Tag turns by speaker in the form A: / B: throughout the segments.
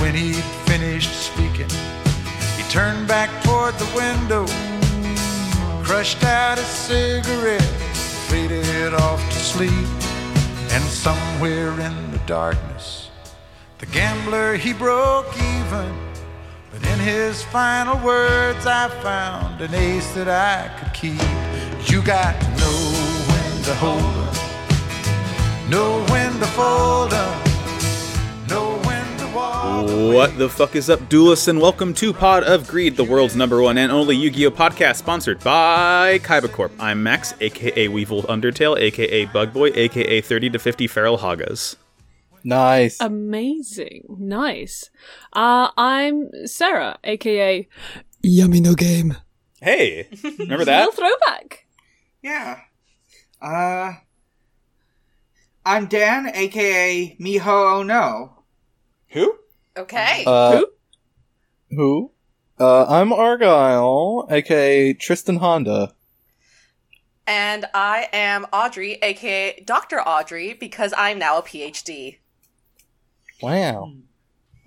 A: When he'd finished speaking, he turned back toward the window, crushed out a cigarette, faded off to sleep. And somewhere in the darkness, the gambler he broke even. But in his final words, I found an ace that I could keep. You got to know when to hold 'em, know when to fold 'em, know when to walk.
B: What the fuck is up, duelists, and welcome to Pod of Greed, the world's number one and only Yu Gi Oh podcast, sponsored by Kaiba Corp. I'm Max, aka Weevil Undertale, aka Bug Boy, aka 30 to 50 Feral Hagas.
C: Nice.
D: Amazing. Nice. Uh, I'm Sarah, aka
E: Yummy no game.
B: Hey, remember that?
D: Real Throwback.
F: Yeah. Uh, I'm Dan, aka Miho Oh No.
B: Who?
G: Okay.
C: Uh, who? Uh, I'm Argyle, aka Tristan Honda.
G: and I am Audrey, aka Dr. Audrey, because I'm now a PhD.
C: Wow.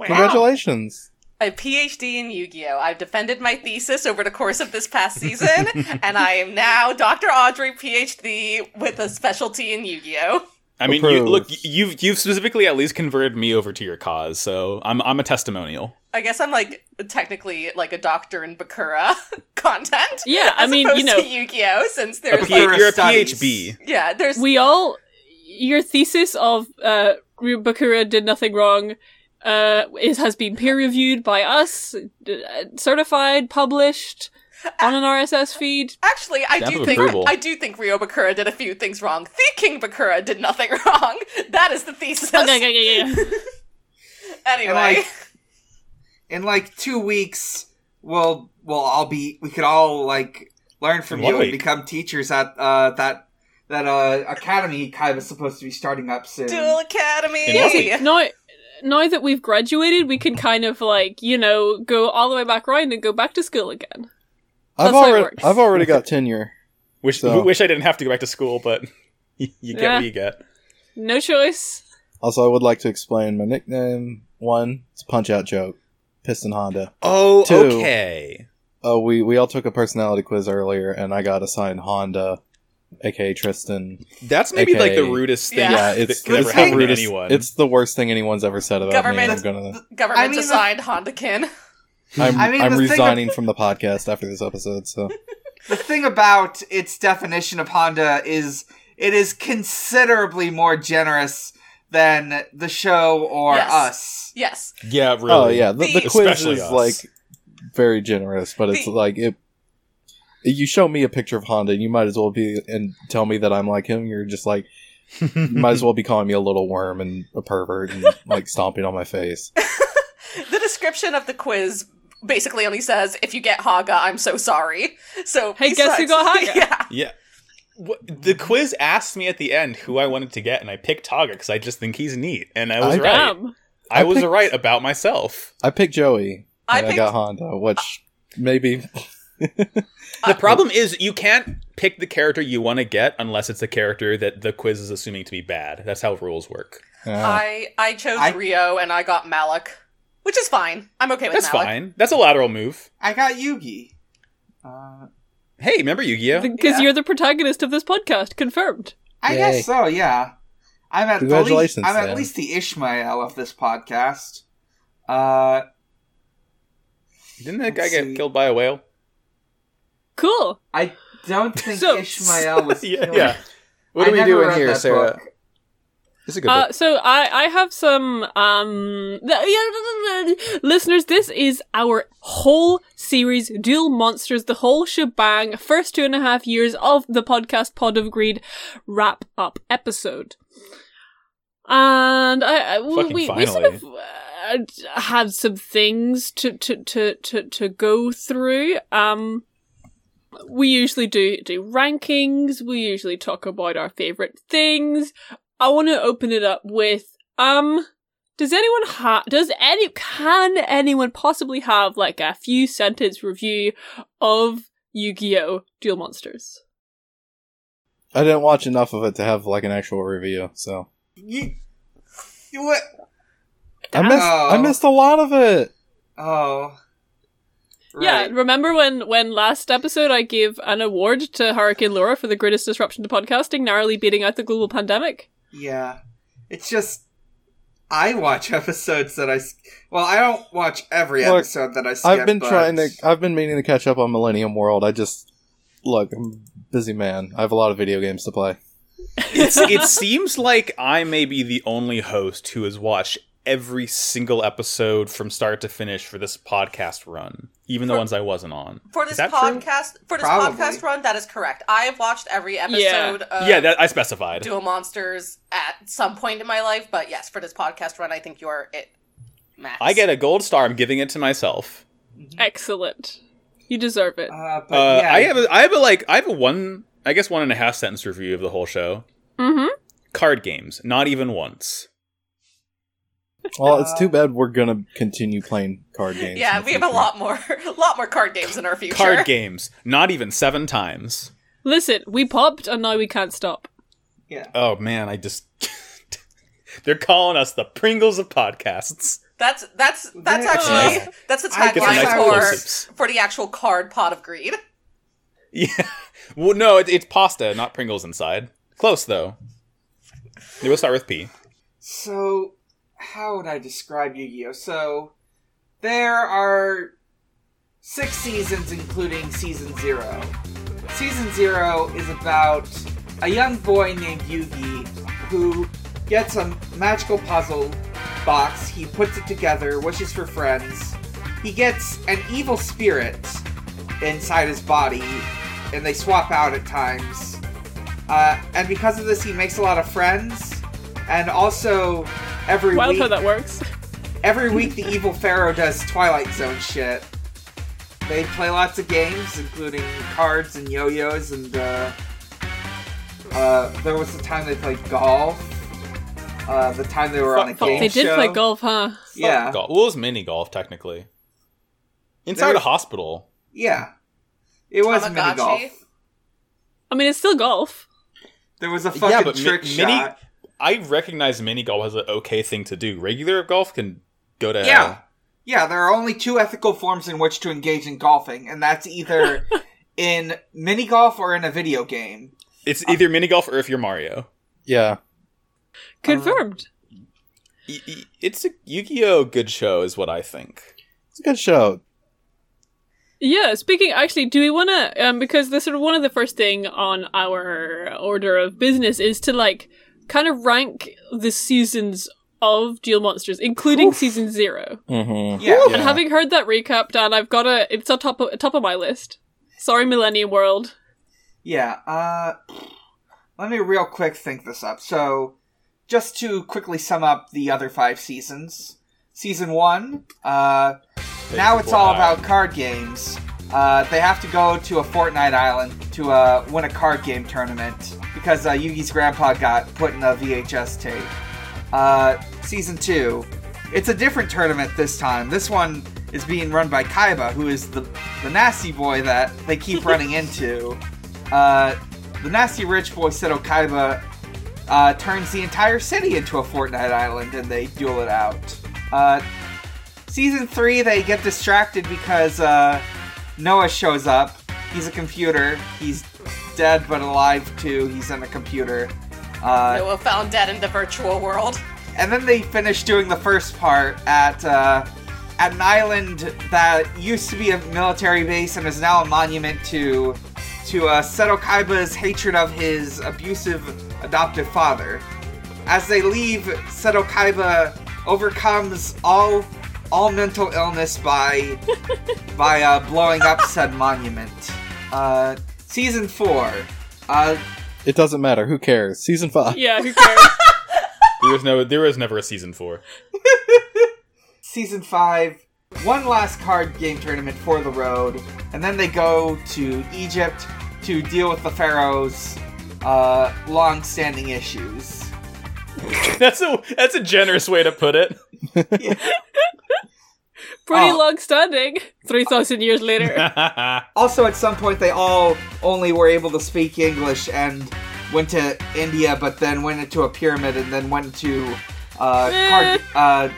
C: Congratulations.
G: A PhD in Yu Gi Oh! I've defended my thesis over the course of this past season, and I am now Dr. Audrey, PhD, with a specialty in Yu Gi Oh!
B: I mean, you,
C: Approve.
B: look, you've you've specifically at least converted me over to your cause, so I'm I'm a testimonial.
G: I guess I'm like technically like a doctor in Bakura content.
D: Yeah, I
G: as
D: mean, you
G: opposed
D: know,
G: to Yu Gi Oh! since
B: A
G: there's
B: P-
G: like,
F: Bakura
B: you're a
F: studies.
B: PHB.
G: yeah, there's
D: we all. Your thesis of uh, Bakura did nothing wrong. Uh, it has been peer reviewed by us, d- uh, certified, published on an RSS feed.
G: Actually, I
B: Stamp
G: do
B: of
G: think
B: approval.
G: I do think Ryo Bakura did a few things wrong. The King Bakura did nothing wrong. That is the thesis.
D: Okay, okay, yeah, yeah.
G: Anyway,
F: And like, in like two weeks, we'll we'll all be we could all like learn from
B: One
F: you
B: week.
F: and become teachers at uh, that that uh, academy Kaiba's supposed to be starting up soon.
G: Dual Academy.
B: Yeah,
D: now, now that we've graduated, we can kind of like you know go all the way back around and go back to school again.
C: I've
D: That's how it
C: already
D: works.
C: I've already got tenure.
B: Wish
C: So-
B: wish I didn't have to go back to school, but you, you get
D: Yeah.
B: what you get.
D: No choice.
C: Also, I would like to explain my nickname. One, it's a punch out joke. Piston Honda.
B: Oh,
C: Two.
B: okay.
C: Oh, we we all took a personality quiz earlier, and I got assigned Honda, aka Tristan.
B: That's maybe
C: Okay.
B: like the rudest thing.
C: Yeah,
G: Yeah.
C: it's,
B: that could ever
C: it's the
B: happen to
C: rudest.
B: anyone.
C: It's the worst thing anyone's ever said about
G: Government-
C: me. and I'm gonna.
G: Government
F: I mean, the-
G: assigned Hondakin.
C: I'm,
F: I mean,
C: I'm
F: the thing-
C: resigning from the podcast after this episode. So
F: The thing about its definition of Honda is it is considerably more generous than the show or
G: Yes.
F: us.
G: Yes.
B: yeah, really.
C: Oh yeah, the, the
G: The-
C: quiz
B: Especially
C: is
B: us.
C: like very generous, but it's
G: The-
C: like it. You show me a picture of Honda, and you might as well be and tell me that I'm like him. You're just like, you might as well be calling me a little worm and a pervert and like stomping on my face.
G: The description of the quiz basically only says, "If you get Haga, I'm so sorry." So
D: Hey, guess who
G: besides-
D: got Haga?
G: yeah.
B: Yeah. What, the quiz asked me at the end who I wanted to get, and I picked Taga because I just think he's neat, and I was
C: I-
B: right.
D: Damn.
B: I,
C: I
B: was
C: picked-
B: right about myself.
C: I picked Joey,
G: I
C: and I,
G: picked-
C: got Honda, which maybe
B: The problem is you can't pick the character you want to get unless it's a character that the quiz is assuming to be bad. That's how rules work.
C: uh,
G: I I chose
F: I-
G: Rio and I got Malik, which is fine. I'm okay with
B: That's
G: Malik.
B: fine. That's a lateral move.
F: I got Yugi. Uh,
B: Hey, remember Yu-Gi-Oh?
D: Because
G: Yeah.
D: you're the protagonist of this podcast, confirmed.
F: I
C: Yay.
F: guess so. Yeah, I'm at the least-
C: Congratulations,
F: I'm
C: Dan.
F: at least the Ishmael of this podcast. Uh,
B: Didn't that guy
F: Let's
B: get
F: see.
B: killed by a whale?
D: Cool.
F: I don't think
D: So-
F: Ishmael was.
B: yeah,
F: killed.
B: yeah.
F: I never read that book.
C: it's a good
D: Uh,
C: book.
D: so I, I have some um th- listeners. This is our whole series, Dual Monsters, the whole shebang. First two and a half years of the podcast Pod of Greed wrap up episode. And I, I we,
B: Fucking
D: we, we sort
B: finally.
D: of uh, had some things to to to to, to go through. Um, we usually do do rankings. We usually talk about our favorite things. I want to open it up with um. Does anyone ha Does any? Can anyone possibly have like a few sentence review of Yu-Gi-Oh! Duel Monsters?
C: I didn't watch enough of it to have like an actual review. So
F: You, you what?
C: I
D: Dan.
C: missed, I missed a lot of it.
F: Oh.
D: Yeah,
F: Right.
D: remember when when last episode I gave an award to Hurricane Laura for the greatest disruption to podcasting, narrowly beating out the global pandemic?
F: Yeah. It's just I watch episodes that I s- well, I don't watch every
C: Look,
F: episode that I skip.
C: I've been
F: but-
C: trying to. I've been meaning to catch up on Millennium World. I just look. I'm a busy man. I have a lot of video games to play.
B: It's, it seems like I may be the only host who has watched every single episode from start to finish for this podcast run, even the ones I wasn't on.
G: For
B: Is
G: this
B: that true?
G: podcast, for this
F: Probably.
G: podcast run, that is correct. I have watched every episode
F: Uh,
G: of
B: yeah, that, I specified.
G: Duo Monsters at some point in my life, but yes, for this podcast run, I think you're it, Max.
B: I get a gold star. I'm giving it to myself.
D: Excellent. You deserve it.
F: Uh, but
B: Uh,
F: yeah,
B: I have a, I have a like I have a one I guess one and a half sentence review of the whole show.
D: Mm-hmm.
B: Card games, not even once.
C: Well, it's too bad we're gonna continue playing card games.
G: Uh, Yeah,
C: in the
G: we have a
C: future.
G: lot more, a lot more card games in our future.
B: Card games, not even seven times.
D: Listen, we popped and now we can't stop.
F: yeah.
B: Oh man, I just they're calling us the Pringles of podcasts.
G: That's that's that's
F: Yeah.
G: actually
B: Yeah.
G: that's the
F: I get some
G: tagline
F: nice
B: close-ups.
G: for for the actual card pot of greed.
B: Yeah. Well, no, it, it's pasta, not Pringles inside. Close though. It will start with P.
F: So, how would I describe Yu-Gi-Oh? So, there are six seasons, including season zero. Season zero is about a young boy named Yugi who gets a magical puzzle box. He puts it together, wishes for friends. He gets an evil spirit inside his body, and they swap out at times. Uh, and because of this, he makes a lot of friends. And also, every
D: Wild
F: week,
D: how that works.
F: every week the evil pharaoh does twilight zone shit they play lots of games including cards and yo-yos and uh, uh, there was the time they played golf uh, the time they were on a
B: Fuck golf.
F: game
D: They did
F: show.
D: play golf, huh?
F: yeah
B: Golf. Well, it was mini golf technically. Inside
F: There-
B: a hospital.
F: yeah it was mini
G: Tamagotchi.
F: golf
D: I mean, it's still golf.
F: there was a fucking
B: Yeah, but mi-
F: trick
B: mini-
F: shot
B: I recognize mini golf as an okay thing to do. Regular golf can go to
F: yeah
B: hell.
F: yeah there are only two ethical forms in which to engage in golfing and that's either in mini golf or in a video game
B: It's either mini golf or if you're Mario.
C: Yeah,
F: Uh-huh.
D: Confirmed.
B: Y- y- It's a Yu-Gi-Oh good show, is what I think.
C: it's a good show.
D: yeah. Speaking actually, do we want to? Um, because the sort of one of the first thing on our order of business is to like kind of rank the seasons of Duel Monsters, including season zero.
C: Mm-hmm.
F: yeah
C: Yeah.
D: And having heard that recap, Dan, I've got a. It's on top of top of my list. Sorry, Millennium World.
F: Yeah, uh let me real quick think this up. So just to quickly sum up the other five seasons. Season one, uh now it's all about card games. Uh, they have to go to a Fortnite island to uh, win a card game tournament because uh, Yugi's grandpa got put in a VHS tape. Uh, season two, it's a different tournament this time. This one is being run by Kaiba, who is the the nasty boy that they keep running into. Uh, the nasty rich boy Seto Kaiba uh, turns the entire city into a Fortnite island, and they duel it out. Uh, season three, they get distracted because uh, Noah shows up. He's a computer. He's dead but alive too. He's in a computer. Uh,
G: Noah found dead in the virtual world.
F: and then they finish doing the first part at uh, at an island that used to be a military base and is now a monument to to uh, Seto Kaiba's hatred of his abusive adoptive father. As they leave, Seto Kaiba overcomes all all mental illness by by uh, blowing up said monument. Uh, season four. Uh,
C: It doesn't matter. Who cares? Season five.
D: Yeah, who cares?
B: There was no, there was never a season four.
F: season five, one last card game tournament for the road, and then they go to Egypt to deal with the pharaoh's uh, long-standing issues.
B: That's a that's a generous way to put it.
D: Pretty
F: Oh.
D: long standing. Three thousand years later.
F: Also, at some point, they all only were able to speak English and went to India, but then went into a pyramid and then went to uh,
D: Eh.
F: card, uh,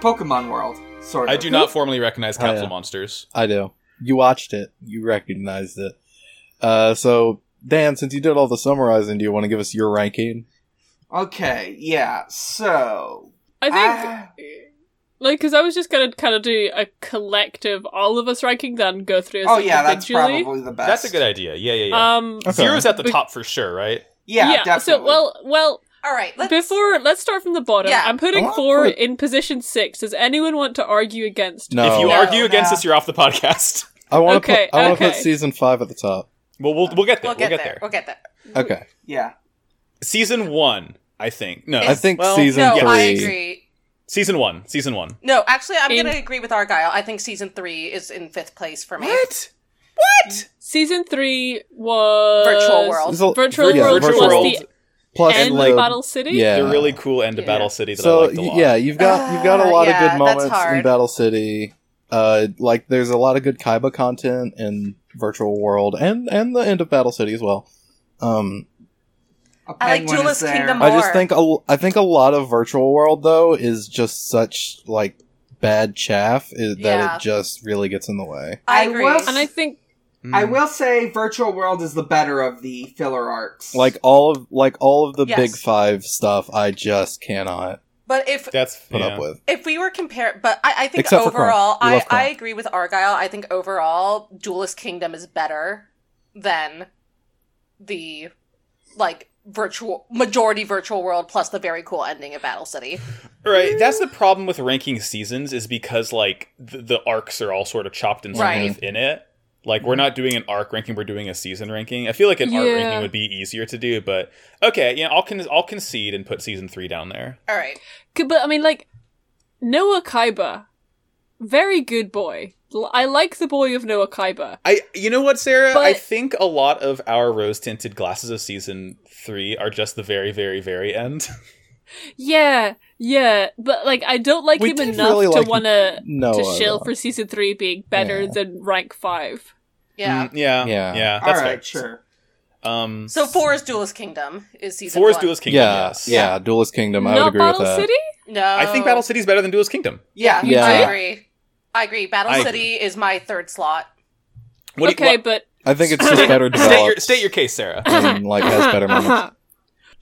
F: Pokemon World, sort of.
B: I do not formally recognize Capsule
C: yeah.
B: Monsters.
C: I do. You watched it. You recognized it. Uh, so Dan, since you did all the summarizing, do you want to give us your ranking?
F: Okay, yeah. So
D: I
F: Ah.
D: think, like, because I was just gonna kind of do a collective, all of us ranking, then go through. Us
F: Oh yeah, that's
D: individually.
F: probably the best.
B: That's a good idea. Yeah, yeah, yeah.
D: Um,
C: Okay.
B: Zero's at the
D: Be-
B: top for sure, right?
F: Yeah, definitely.
D: So well, well,
G: All right, let's.
D: before let's start from the bottom.
G: Yeah.
D: I'm putting
C: Oh,
D: four
C: wait.
D: in position six. Does anyone want to argue against?
C: No.
B: If you
G: No,
B: argue against
G: no.
B: us, you're off the podcast.
C: I want to
D: Okay,
C: put. I want to
D: okay.
C: put season five at the top.
B: Well, we'll we'll get there.
G: We'll get, there. We'll get there.
C: Okay.
F: yeah.
B: Season one, I think. No,
C: I think
B: well,
C: season
G: No,
C: three.
G: I agree.
B: Season one. Season one.
G: No, actually, I'm
D: In-
G: going to agree with Argyle. I think season three is in fifth place for me.
D: Season three was
G: Virtual World.
C: There's a-
D: Virtual
C: yeah,
D: World
B: Virtual
D: was
B: World.
D: the
C: Plus
D: end
C: like,
D: of Battle City.
C: Yeah.
B: The really cool end of
D: Yeah.
B: Battle City that
C: so
B: I liked a
C: y-
B: lot.
C: yeah, you've got you've got a
G: Ah,
C: lot
G: yeah,
C: of good
G: that's
C: moments in
G: hard.
C: Battle City. Uh, like there's a lot of good Kaiba content in Virtual World and and the end of Battle City as well. Um,
F: A
G: I like
F: penguin is
G: Duelist
F: there.
G: Kingdom
C: I just
G: Or-
C: think a, I think a lot of Virtual World though is just such like bad chaff i that
G: Yeah.
C: it just really gets in the way.
G: I
F: I
G: agree.
F: will-
D: And I think
B: Mm.
C: Mm.
F: I will say Virtual World is the better of the filler arcs.
C: Like all of like all of the
G: Yes.
C: Big Five stuff, I just cannot
G: But if
B: That's
C: put
B: yeah.
C: up with.
G: if we were compare, but I, I think
C: Except for Kronk.
G: overall,
C: We
G: I,
C: love Kronk.
G: I agree with Argyle. I think overall, Duelist Kingdom is better than the like virtual majority virtual world plus the very cool ending of Battle City.
B: Right, that's the problem with ranking seasons is because like the, the arcs are all sort of chopped and sort
G: Right.
B: of in it. Like we're not doing an arc ranking, we're doing a season ranking. I feel like an arc
D: Yeah.
B: ranking would be easier to do, but okay, yeah, I'll con- I'll concede and put season three down there.
G: All right,
D: C- But I mean, like Noah Kaiba, very good boy. L- I like the boy of Noah Kaiba.
B: I you know what, Sarah? I
D: But-
B: think a lot of our rose tinted glasses of season three are just the very, very, very end.
D: Yeah, yeah. But like, I don't like
C: We
D: him
C: did
D: enough
C: really
D: to
C: like
D: want to
C: No,
D: to
C: I
D: shill
C: don't.
D: for season three being better
C: Yeah.
D: than rank five.
G: yeah.
B: Mm, yeah.
C: Yeah.
B: Yeah.
F: all
B: That's
F: right,
B: fair.
F: sure.
C: Mm.
B: Um
G: So four is Duelist Kingdom is season
B: four is
G: one.
B: Duelist Kingdom,
C: Yeah,
B: yes.
C: yeah, Duelist Kingdom. I would
D: Not
C: agree
D: Battle
C: with that.
D: City.
G: No,
B: I think Battle City's better than Duelist Kingdom.
F: Yeah,
C: Yeah.
G: I agree. I agree. Battle
B: I
G: City is my third slot.
B: What do you-
D: okay,
B: what-
D: but
C: I think it's just better
B: state your
C: developed.
B: state your case, Sarah.
C: and, like has better moments.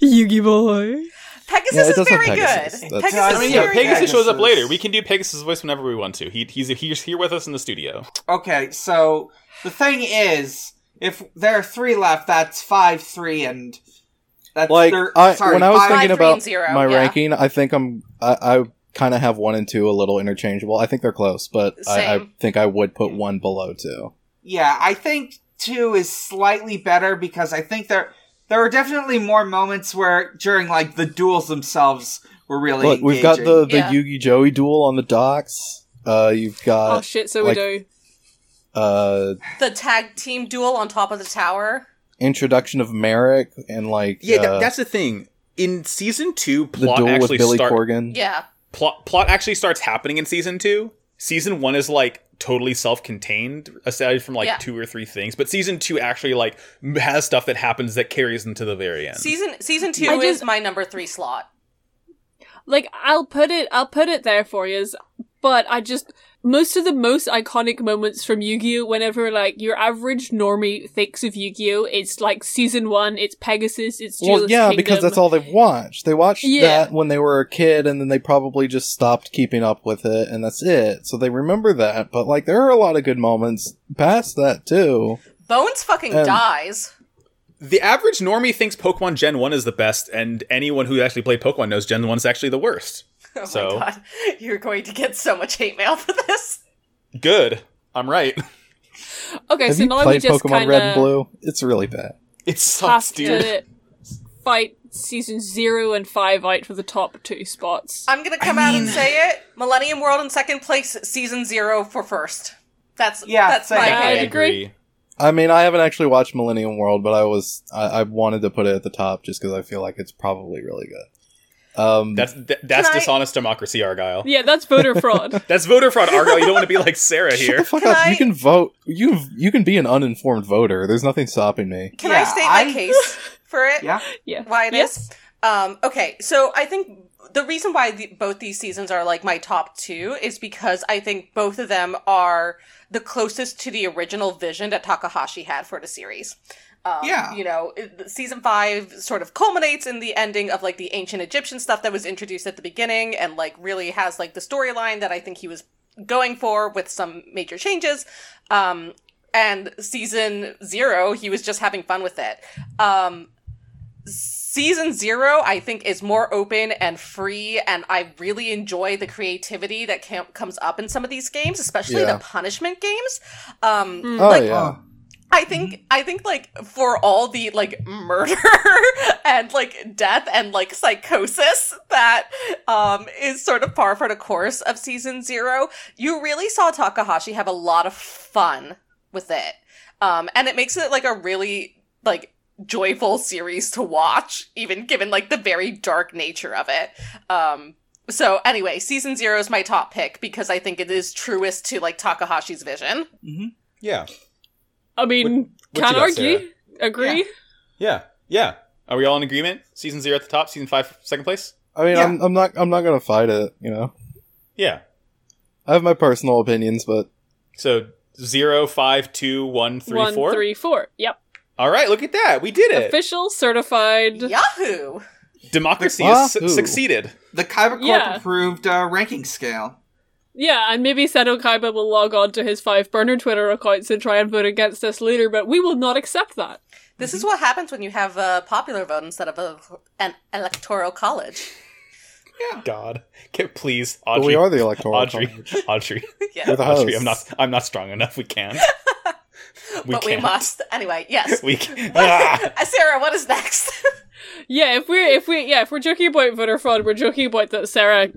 E: Yugi boy.
G: Pegasus
C: Yeah, it
G: is
C: does have
G: very
C: Pegasus.
G: good.
C: That's-
G: Pegasus
F: Yeah,
G: is
B: I mean,
G: very
B: yeah,
F: Sorry,
B: Pegasus
G: good.
B: shows up
F: Pegasus.
B: later. We can do Pegasus' voice whenever we want to. He, he's he's here with us in the studio.
F: Okay, so the thing is, if there are three left, that's five, three, and that's
C: Like
F: thir-
C: I,
F: sorry,
C: when I was
F: five-
C: thinking
G: three,
C: about
G: and zero,
C: my
G: yeah.
C: ranking, I think I'm I, I kind of have one and two a little interchangeable. I think they're close, but I, I
G: Same.
C: think I would put one below two.
F: Yeah, I think two is slightly better because I think there there are definitely more moments where during like the duels themselves were really.
C: Look, we've got the
F: engaging.
C: the
G: Yeah.
C: Yugi Joey duel on the docks. Uh, you've
D: oh
C: got
D: shit, so
C: like-
D: we do.
C: uh
G: The tag team duel on top of the tower.
C: introduction of Merrick and like uh,
B: the thing. In season two,
C: the duel with Billy Corgan.
G: Yeah.
B: plot plot actually starts happening in season two. Season one is like totally self-contained, aside from like
G: Yeah.
B: two or three things. But season two actually like m- has stuff that happens that carries into the very end.
G: Season season two
D: I
G: is
D: just-
G: my number three slot.
D: Like, I'll put it, I'll put it there for you. But I just most of the most iconic moments from Yu-Gi-Oh. Whenever like your average normie thinks of Yu-Gi-Oh, it's like season one, it's Pegasus, it's
C: Well,
D: Duelist
C: yeah,
D: Kingdom.
C: because that's all they've watched. They watched
D: Yeah.
C: that when they were a kid, and then they probably just stopped keeping up with it, and that's it. So they remember that. But like, there are a lot of good moments past that too.
G: Bones fucking
C: Um,
G: dies.
B: the average normie thinks Pokemon Gen one is the best, and anyone who actually played Pokemon knows Gen one is actually the worst.
G: Oh
B: so-
G: my god. You're going to get so much hate mail for this.
B: Good, I'm right.
D: Okay,
C: Have
D: so
C: you
D: now we
C: played
D: just
C: Pokemon
D: kind
C: Red and
D: of
C: Blue? It's really bad.
B: It sucks,
D: have
B: Oh, dude.
D: to fight season zero and five out for the top two spots.
G: I'm gonna come out and say it. Millennium World in second place, season zero for first. That's
F: Yeah,
G: that's
F: same.
G: my
D: Yeah, I
G: opinion.
D: agree.
C: I mean, I haven't actually watched Millennium World, but I was I, I wanted to put it at the top just because I feel like it's probably really good. Um,
B: That's th- that's
G: Can I-
B: dishonest democracy, Argyle.
D: Yeah, that's voter fraud.
B: That's voter fraud, Argyle. You don't want to be like Sarah
C: shut the
B: here.
C: fuck
G: Can
C: up.
G: I-
C: You can vote. You you can be an uninformed voter. There's nothing stopping me.
G: Can I
F: Yeah,
G: state
F: I-
G: my case for it?
F: yeah.
D: Yeah.
G: Why it is?
D: Yes.
G: Um, okay, so I think the reason why the, both these seasons are like my top two is because I think both of them are the closest to the original vision that Takahashi had for the series. Um,
F: Yeah.
G: You know, it- season five sort of culminates in the ending of like the ancient Egyptian stuff that was introduced at the beginning and like really has like the storyline that I think he was going for with some major changes. Um, and season zero, he was just having fun with it. Um, season zero, I think, is more open and free, and I really enjoy the creativity that cam- comes up in some of these games, especially
C: Yeah.
G: the punishment games. Um,
C: Oh
G: like,
C: yeah,
G: I think I think like for all the like murder and like death and like psychosis that um is sort of par for the course of season 0, you really saw Takahashi have a lot of fun with it. Um and it makes it like a really like joyful series to watch even given like the very dark nature of it. Um so anyway, season 0 is my top pick because I think it is truest to like Takahashi's vision.
B: Yeah.
D: I mean,
B: what
D: can't
B: you got,
D: argue.
B: Sarah?
D: Agree.
B: Yeah. Yeah. Are we all in agreement? Season zero at the top, season five second place?
C: I mean,
F: Yeah.
C: I'm, I'm not, I'm not gonna fight it. You know,
B: Yeah.
C: I have my personal opinions, but
B: So zero, five, two, one, three, four.
D: One, three, four. Yep.
B: All right, look at that. We did it.
D: Official, certified.
G: Yahoo!
B: Democracy has
C: Wahoo.
B: su- succeeded.
F: The Kyber Corp
D: Yeah.
F: approved uh, ranking scale.
D: Yeah, and maybe Seto Kaiba will log on to his five burner Twitter accounts and try and vote against us later, but we will not accept that.
G: This is what happens when you have a popular vote instead of a, an electoral college.
B: God. Can- please,
C: but
B: Audrey.
C: we are the electoral
B: Audrey,
C: college.
B: Audrey,
G: yeah,
C: You're the
B: Audrey,
C: host.
B: I'm not, I'm not strong enough. We can't. We
G: but
B: can't.
G: we must. Anyway, yes.
B: We can Ah!
G: Uh, Sarah, what is next?
D: Yeah, if we're if we yeah, if we're joking about voter fraud, we're joking about that Sarah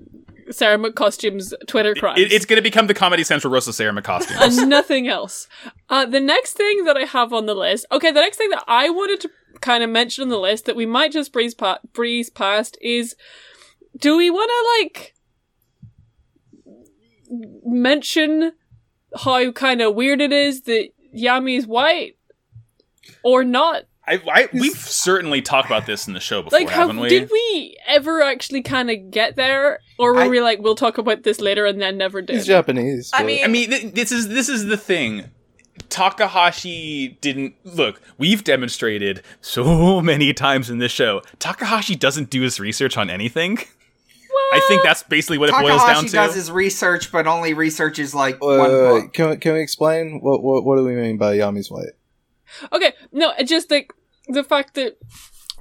D: Sarah McCostume's Twitter crimes.
B: It- it's going to become the Comedy Central Rosa Sarah costume.
D: and nothing else. Uh, the next thing that I have on the list, okay, the next thing that I wanted to kind of mention on the list that we might just breeze pa- breeze past is, do we want to like mention how kind of weird it is that Yami's white or not?
B: I, I, we've certainly talked about this in the show before,
D: Like,
B: haven't
D: how
B: we?
D: did we ever actually kind of get there, or were
F: I-
D: we like, we'll talk about this later and then never did?
C: He's Japanese.
G: I
C: but- uh,
G: mean-
B: I mean, th- this is this is the thing. Takahashi didn't look. We've demonstrated so many times in this show. Takahashi doesn't do his research on anything. I think that's basically what it boils down
F: Takahashi
B: to.
F: does his research, but only researches like
C: Wait,
G: Uh,
C: wait,
F: one
C: wait,
F: book.
C: Can, we- can we explain what, what what do we mean by Yami's white?
D: Okay, no, it's just like the fact that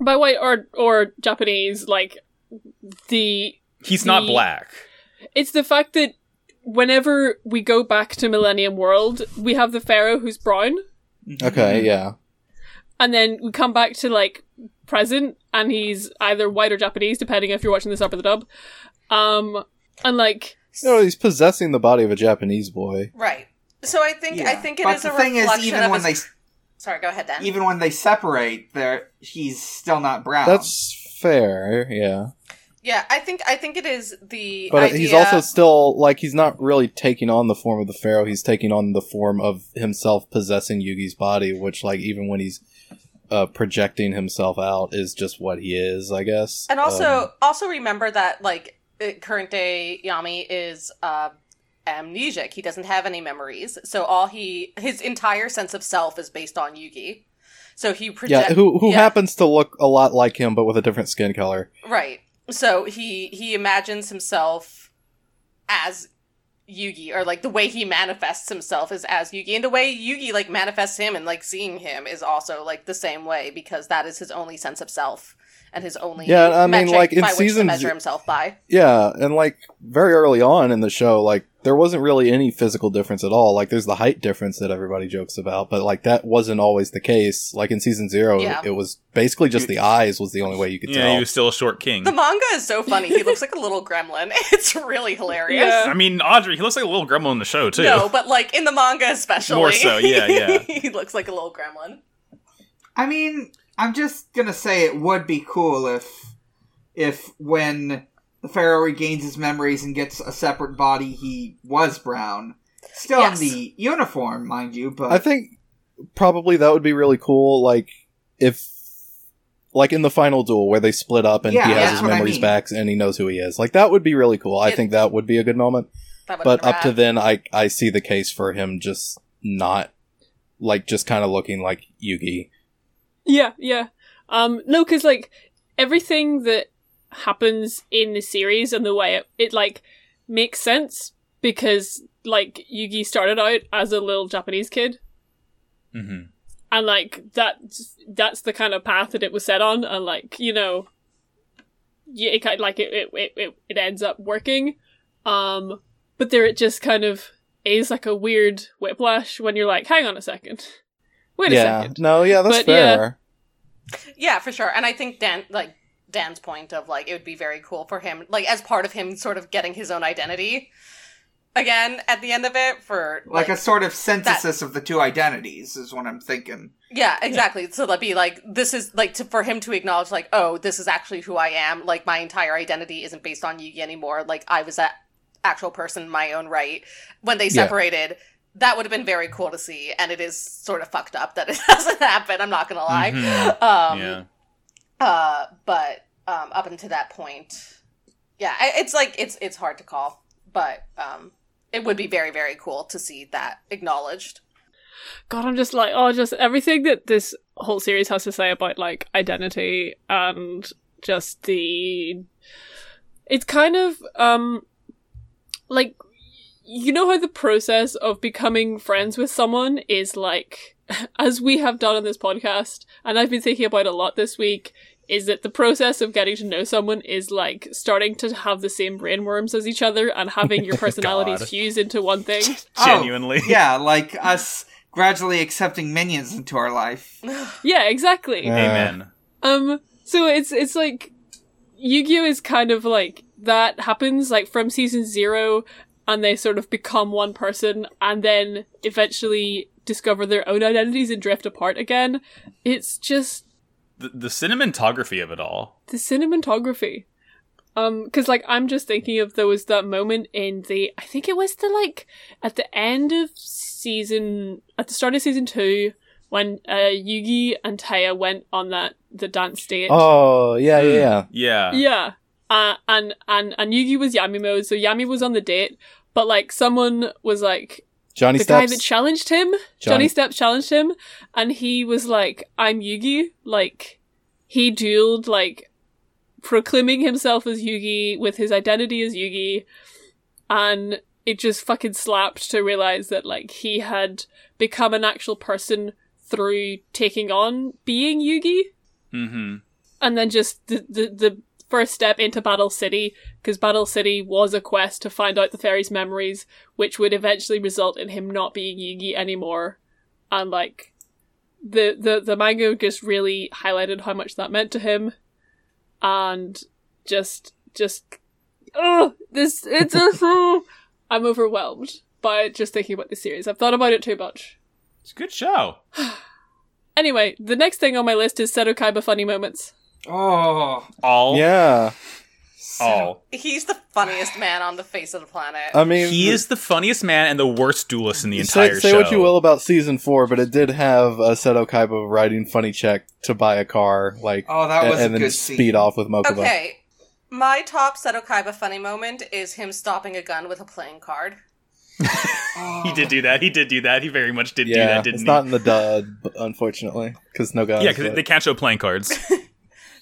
D: by white or or Japanese, like the
B: He's not
D: The-
B: black.
D: it's the fact that whenever we go back to Millennium World, we have the Pharaoh who's brown,
B: Mm-hmm.
C: Okay, yeah,
D: and then we come back to like present, and he's either white or Japanese, depending if you're watching this up or the dub. Um, and like
C: you know, he's possessing the body of a Japanese boy.
G: right. So I think I think it is
F: but the
G: a
F: thing
G: reflection
F: is, even
G: of
F: when
G: his-
F: they
G: Sorry, go ahead, Dan.
F: even when they separate, there he's still not brown.
C: That's fair, yeah.
G: yeah, I think I think it is the.
C: But
G: idea...
C: he's also still like he's not really taking on the form of the pharaoh. He's taking on the form of himself possessing Yugi's body, which like even when he's uh, projecting himself out is just what he is, I guess.
G: And also,
C: Um,
G: also remember that like uh, current day Yami is uh, amnesiac. He doesn't have any memories, so all he his entire sense of self is based on Yugi. So he projects.
C: yeah, who who
G: yeah.
C: happens to look a lot like him but with a different skin color.
G: Right. So he he imagines himself as Yugi, or like the way he manifests himself is as Yugi, and the way Yugi like manifests him and like seeing him is also like the same way because that is his only sense of self and his only
C: Yeah, I mean,
G: metric
C: like, in
G: by which to
C: season
G: measure
C: z-
G: himself by.
C: Yeah, and like very early on in the show, like there wasn't really any physical difference at all. Like there's the height difference that everybody jokes about, but like that wasn't always the case. Like in season zero,
G: Yeah.
C: it was basically just the eyes was the only way you could
B: Yeah,
C: tell.
B: he was still a short king.
G: The manga is so funny. He looks like a little gremlin. It's really hilarious.
D: Yeah.
B: I mean, Audrey, he looks like a little gremlin in the show too.
G: No, but like in the manga especially.
B: More so, yeah, yeah.
G: he looks like a little gremlin.
F: I mean, I'm just gonna say it would be cool if, if when the Pharaoh regains his memories and gets a separate body, he was brown, still
G: Yes.
F: in the uniform, mind you. But
C: I think probably that would be really cool. Like if like in the final duel where they split up and
F: Yeah,
C: he has
G: that's
C: his
F: what I
C: memories
F: mean.
C: back and he knows who he is. Like that would be really cool. I
G: It-
C: think that would be a good moment.
G: That would've
C: But
G: been a
C: up to
G: wrap.
C: then, I I see the case for him just not like just kind of looking like Yugi.
D: Yeah, yeah. Um, no, because like everything that happens in the series and the way it, it like makes sense because like Yugi started out as a little Japanese kid,
B: hmm
D: and like that that's the kind of path that it was set on, and like you know, yeah, it kind like it it, it it it ends up working. Um, but there it just kind of is like a weird whiplash when you're like, hang on a second, wait a
C: yeah,
D: second.
C: no, yeah, that's
D: But, yeah.
C: fair.
G: Yeah, for sure. And I think Dan, like Dan's point of like it would be very cool for him, like as part of him sort of getting his own identity again at the end of it for
F: Like, a sort of synthesis of the two identities is what I'm thinking.
G: yeah, exactly. So that'd be like this is like to, for him to acknowledge like oh this is actually who I am. Like my entire identity isn't based on Yugi anymore. Like I was that actual person in my own right when they
C: Yeah.
G: separated. That would have been very cool to see, and it is sort of fucked up that it doesn't happen. I'm not gonna lie.
F: Mm-hmm.
B: Mhm.
G: Um,
B: yeah.
G: Uh, but um, up until that point, yeah, I, it's like it's it's hard to call, but um, it would be very very cool to see that acknowledged.
D: God, I'm just like, oh, just everything that this whole series has to say about like identity and just the. It's kind of um, like you know how the process of becoming friends with someone is like, as we have done on this podcast, and I've been thinking about a lot this week. Is that the process of getting to know someone is like starting to have the same brainworms as each other and having your personalities
B: God.
D: fuse into one thing?
F: Oh,
B: Genuinely.
F: yeah, like us gradually accepting minions into our life.
D: Yeah, exactly.
C: Yeah.
B: Amen.
D: Um, so it's it's like Yu-Gi-Oh is kind of like that happens like from season zero, and they sort of become one person, and then eventually discover their own identities and drift apart again. It's just
B: The, the cinematography of it all.
D: the cinematography. Um, because like I'm just thinking of there was that moment in the I think it was the like at the end of season at the start of season two when uh Yugi and Taya went on that the dance date.
C: Oh yeah,
B: Hmm.
C: yeah, yeah.
B: Yeah.
D: Yeah. Uh, and and and Yugi was Yami mode, so Yami was on the date, but like someone was like
C: Johnny
D: the guy
C: Steps.
D: that challenged him, Johnny.
C: Johnny-
D: Steps challenged him, and he was like, "I'm Yugi." Like he dueled, like proclaiming himself as Yugi with his identity as Yugi, and it just fucking slapped to realize that like he had become an actual person through taking on being Yugi
B: Mm-hmm.
D: and then just the the, the first step into Battle City because Battle City was a quest to find out the fairy's memories, which would eventually result in him not being Yugi anymore, and like the the the manga just really highlighted how much that meant to him, and just just oh this it's a I'm overwhelmed by just thinking about this series. I've thought about it too much.
B: It's a good show.
D: Anyway, the next thing on my list is Seto Kaiba funny moments.
F: Oh,
B: All.
C: Yeah,
B: All.
G: He's the funniest man on the face of the planet.
C: I mean,
B: He is the funniest man and the worst duelist in the
C: say,
B: entire
C: say
B: show.
C: what you will about season four, but it did have uh, Seto Kaiba writing funny check to buy a car, like,
F: Oh, that
C: a-
F: was
C: and,
F: a
C: then
F: good
C: speed
F: scene.
C: off with Mokuba.
G: okay, my top Seto Kaiba funny moment is him stopping a gun with a playing card.
B: He did do that. He did do that. He very much did do
C: Yeah,
B: that, didn't
C: it's
B: he?
C: not in the dud, but unfortunately, because no guys.
B: yeah, because
C: but-
B: they can't show playing cards.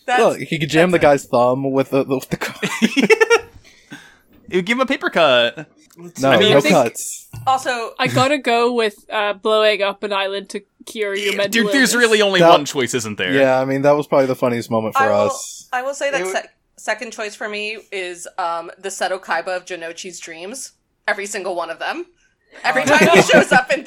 G: That's
C: Look, he could jam the guy's thumb with the, with the car.
B: It would give him a paper cut.
C: No,
B: I mean,
C: no
B: I think-
C: cuts.
G: also
D: I gotta go with uh, blowing up an island to cure your mental
B: Dude, there's
D: illness.
B: really only
C: That-
B: one choice, isn't there?
C: Yeah, I mean, that was probably the funniest moment for
G: I will,
C: us.
G: I will say that
F: It would-
G: sec- second choice for me is um, the Seto Kaiba of Janochi's dreams. Every single one of them. Every
C: Oh.
G: time he shows up in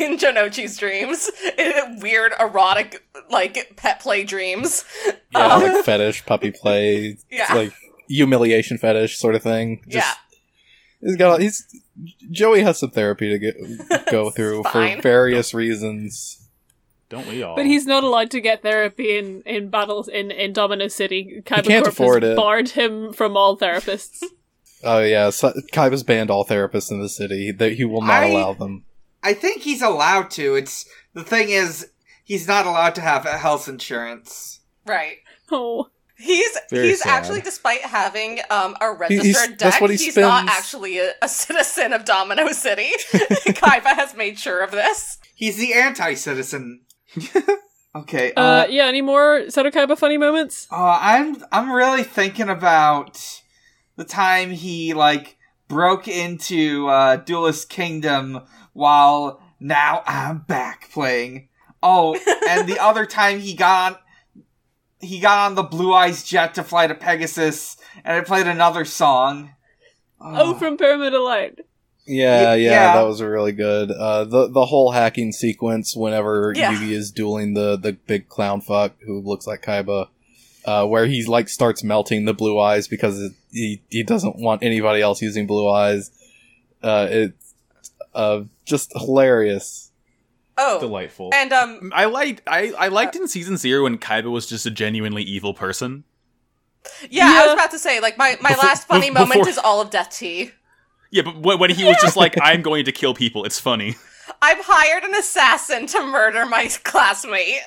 G: in Janochi's dreams, in weird erotic like pet play dreams.
C: Yeah,
D: Oh.
G: Um,
C: like fetish, puppy play,
G: Yeah.
C: like humiliation fetish sort of thing. Just,
G: yeah,
C: He's got. He's Joey has some therapy to get, go through for
G: fine.
C: various reasons.
B: Don't we all?
D: But he's not allowed to get therapy in, in battles in, in Domino City. Kaiba
C: can't
D: Corp
C: afford
D: has
C: it.
D: barred him from all therapists.
C: Oh yeah, so, Kaiba's banned all therapists in the city. That he will not
F: I-
C: allow them.
F: I think he's allowed to. It's the thing is, he's not allowed to have health insurance.
G: Right.
D: Oh,
G: He's
C: Very
G: he's
C: sad.
G: actually, despite having um, a
C: He- he's-
G: registered
C: that's
G: deck,
C: what he
G: he's not
C: spends-
G: actually a, a citizen of Domino City. Kaiba has made sure of this.
F: He's the anti-citizen. okay.
D: uh,
F: Uh,
D: yeah. Any more Sadokaiba funny moments?
F: uh, I'm I'm really thinking about the time he like broke into uh, Duelist Kingdom while now I'm back playing. Oh, and the other time he got on, he got on the Blue Eyes jet to fly to Pegasus, and it played another song.
B: Uh,
D: Oh,
F: Ugh.
D: from Pyramid of Light.
C: Yeah, yeah,
F: Y- yeah.
C: that was really good. Uh, the the whole hacking sequence whenever
G: Yeah.
C: Yugi is dueling the the big clown fuck who looks like Kaiba, uh, where he like starts melting the blue eyes because it, he he doesn't want anybody else using blue eyes. Uh, it's uh, just hilarious.
G: Oh,
B: Delightful.
G: and um,
B: I liked I, I liked in season zero when Kaiba was just a genuinely evil person.
G: yeah, I was
D: Yeah.
G: about to say, like my, my
B: Before-
G: last funny
B: bef-
G: moment
B: before-
G: is all of Death Tea.
B: Yeah, but when, when he was just like, "I'm going to kill people," it's funny.
G: I've hired an assassin to murder my classmate.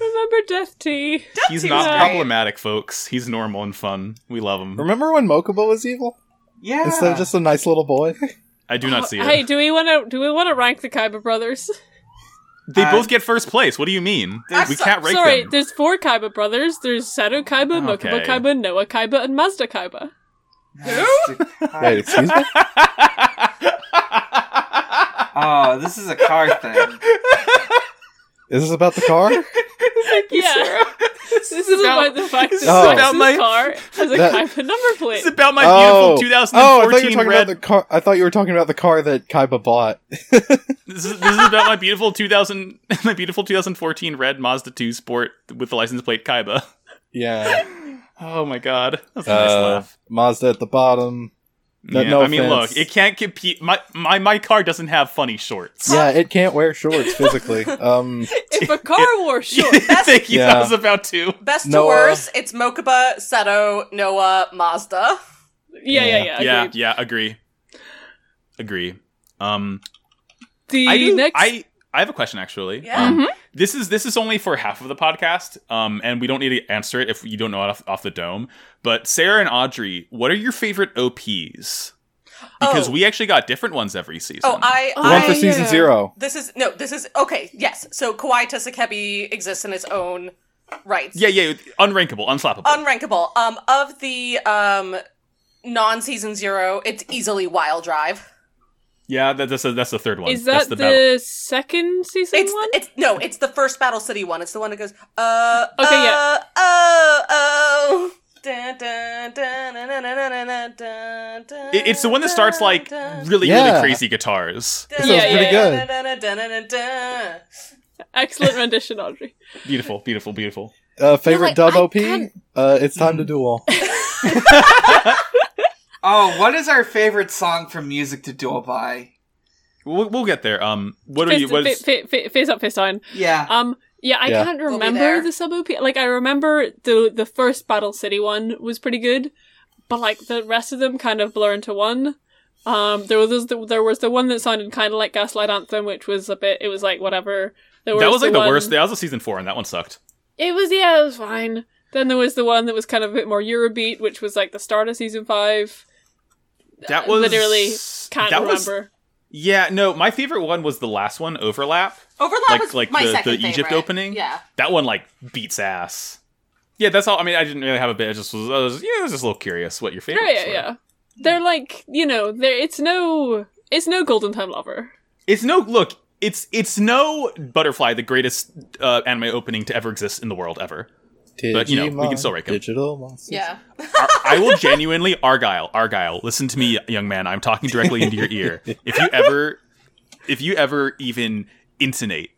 D: Remember Death Tea?
B: He's
G: Seems
B: not
G: right.
B: problematic, folks. He's normal and fun. We love him.
C: Remember when Mokuba was evil
F: yeah.
C: instead of just a nice little boy?
B: I do not see
D: Oh, Hey,
B: it.
D: do we want to do we want to rank the Kaiba brothers?
B: They
F: uh,
B: both get first place. What do you mean?
F: I'm
B: We
G: so-
B: can't rank
D: Sorry,
B: them.
D: there's four Kaiba brothers. There's Sato Kaiba, Mokuba
B: Okay.
D: Kaiba, Noah Kaiba, and Mazda Kaiba.
C: Wait, excuse me.
F: oh, this is a car thing.
C: Is this about the car?
D: Yeah, this is
B: about-
D: about, the fact that
B: this
C: is about
D: Saxon's
B: my-
D: car has a
C: That-
D: Kaiba number
B: It's
D: plate.
B: about my
C: oh,
B: beautiful
C: oh, I thought you were
B: 2014
C: talking
B: red.
C: about the car. I thought you were talking about the car that Kaiba bought.
B: This is, this is about my beautiful 2000, my beautiful 2014 red Mazda 2 Sport with the license plate Kaiba.
C: Yeah.
B: Oh my god, that's a nice
C: Uh,
B: laugh.
C: Mazda at the bottom. no-
B: yeah,
C: no
B: I mean,
C: offense.
B: look, it can't compete. My my my car doesn't have funny shorts.
C: Yeah, it can't wear shorts physically. Um,
D: If a car wore shorts,
B: Thank you.
C: Yeah.
B: I was about to.
G: Best
C: Noah.
G: to worst, it's Mokuba, Seto, Noah, Mazda. Oh,
D: yeah, yeah, yeah.
B: Yeah,
D: agreed.
B: yeah, agree, agree. Um,
D: The
B: I do,
D: next, Mm-hmm.
B: I I have a question actually.
G: Yeah.
B: Um, This is this is only for half of the podcast, um, and we don't need to answer it if you don't know it off, off the dome. But Sarah and Audrey, what are your favorite OPs? Because
G: Oh.
B: we actually got different ones every season.
G: Oh, I,
D: The
C: the one for
G: I
C: season zero.
G: this is no, this is okay. Yes, so Kawaii to Sakebi exists in its own rights.
B: yeah, yeah, unrankable, unslappable.
G: unrankable. Um, of the um non-season zero, it's easily Wild Drive.
B: yeah, that, that's a, that's the third one.
D: is
B: that's
D: that
B: the,
D: the,
B: battle-
D: second season
G: It's
D: one?
G: it's no, it's the first Battle City one. It's the one that goes uh
D: Okay,
G: uh,
D: yeah.
G: oh oh. Dun, dun, dun, dun, dun, dun, dun, dun, dun, dun,
B: It- it's the one that starts like
G: dun,
B: really,
C: Yeah.
B: really crazy guitars.
G: dun,
D: sounds pretty
G: dun,
C: good.
G: dun, dun, dun, dun, dun, dun.
D: Excellent rendition, Audrey.
B: Beautiful, beautiful, beautiful.
C: Uh, favorite
D: like,
C: dub
D: I
C: OP?
D: can't-
C: Uh, it's time
B: Mm-hmm.
C: to duel.
F: Oh, what is our favorite song from Music to Duel by?
B: We'll, we'll get there. Um, what are
D: Fist,
B: you? What
D: fi-
B: is?
D: fi- fi- fist up, fist down.
F: Yeah.
D: Um, yeah, I
C: Yeah.
D: can't
G: be
D: remember
G: there.
D: the sub OP. Like, I remember the the first Battle City one was pretty good, but like the rest of them kind of blur into one. Um, there was this, there was the one that sounded kind of like Gaslight Anthem, which was a bit. It was like whatever. There
B: That was like the
D: one-
B: worst. That was a season four, and that one sucked.
D: It was yeah, it was fine. Then there was the one that was kind of a bit more Eurobeat, which was like the start of season five.
B: That was
D: literally Can't
B: that was-
D: remember.
B: yeah, no, my favorite one was the last one, overlap.
G: Overlap
B: Like-
G: was
B: like
G: my
B: the-
G: second
B: the Egypt
G: favorite.
B: opening?
G: Yeah.
B: That one like beats ass. Yeah, that's all. I mean, I didn't really have a bit. I just was, I was, yeah, I was just a little curious what your favorite.
D: yeah, yeah, yeah. They're like you know, there it's no it's no Golden Time Lover.
B: It's no look. It's it's no butterfly, the greatest uh, anime opening to ever exist in the world ever. But, you know, we can still rank 'em.
C: Digital monsters.
G: Yeah.
B: I will genuinely Argyle, Argyle. Listen to me, young man. I'm talking directly into your ear. If you ever, if you ever even intonate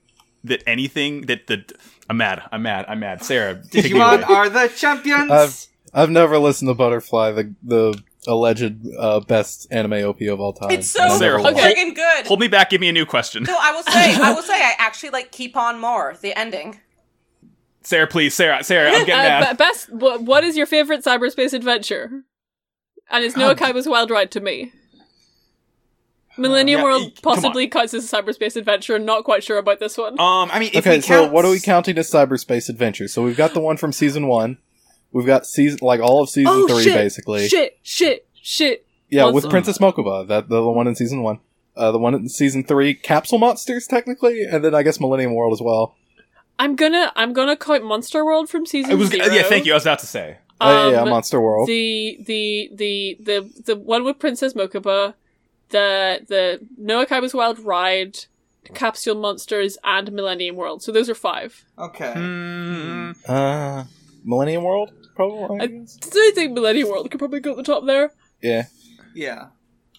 B: that anything that the, I'm mad. I'm mad. I'm mad. Sarah, take me away.
F: Digimon are the champions.
C: I've- I've never listened to Butterfly, the the alleged uh, best anime OP of all time.
G: It's so
C: I've never
B: Sarah,
C: watched
B: okay.
C: it.
G: friggin' good.
B: Hold me back. Give me a new question.
G: No, I will say, I will say, I actually like keep on more the ending.
B: Sarah, please. Sarah, Sarah. I'm getting
D: Uh,
B: mad.
D: be- best, what, what is your favorite
B: Um,
D: cyberspace adventure? And it's Noah Kaiba's Wild Ride to me. Millennium
B: Yeah, e-
D: World
B: come on.
D: possibly counts as a cyberspace adventure. Not quite sure about this one.
B: Um, I mean, if
C: okay,
B: we
C: so
B: count-
C: what are we counting as cyberspace adventure? So we've got the one from season one. We've got season like all of season
D: Oh,
C: three,
D: shit,
C: basically.
D: Shit, shit, shit.
C: Yeah,
D: Well,
C: with
D: so-
C: Princess Mokuba, that the, the one in season one, uh, the one in season three, Capsule Monsters technically, and then I guess Millennium World as well.
D: I'm gonna I'm gonna count Monster World from season
B: It was uh,
D: zero.
B: yeah. Thank you. I was about to say.
C: oh, yeah, yeah,
D: Um,
C: Monster World.
D: the the the the the one with Princess Mokuba, the the Noah Kaiba's Wild Ride, Capsule Monsters, and Millennium World. So those are five.
F: Okay.
B: Hmm.
C: Uh, Millennium World, probably. I
D: I-
C: guess?
D: So I think Millennium World could probably go at the top there.
C: yeah,
F: Yeah.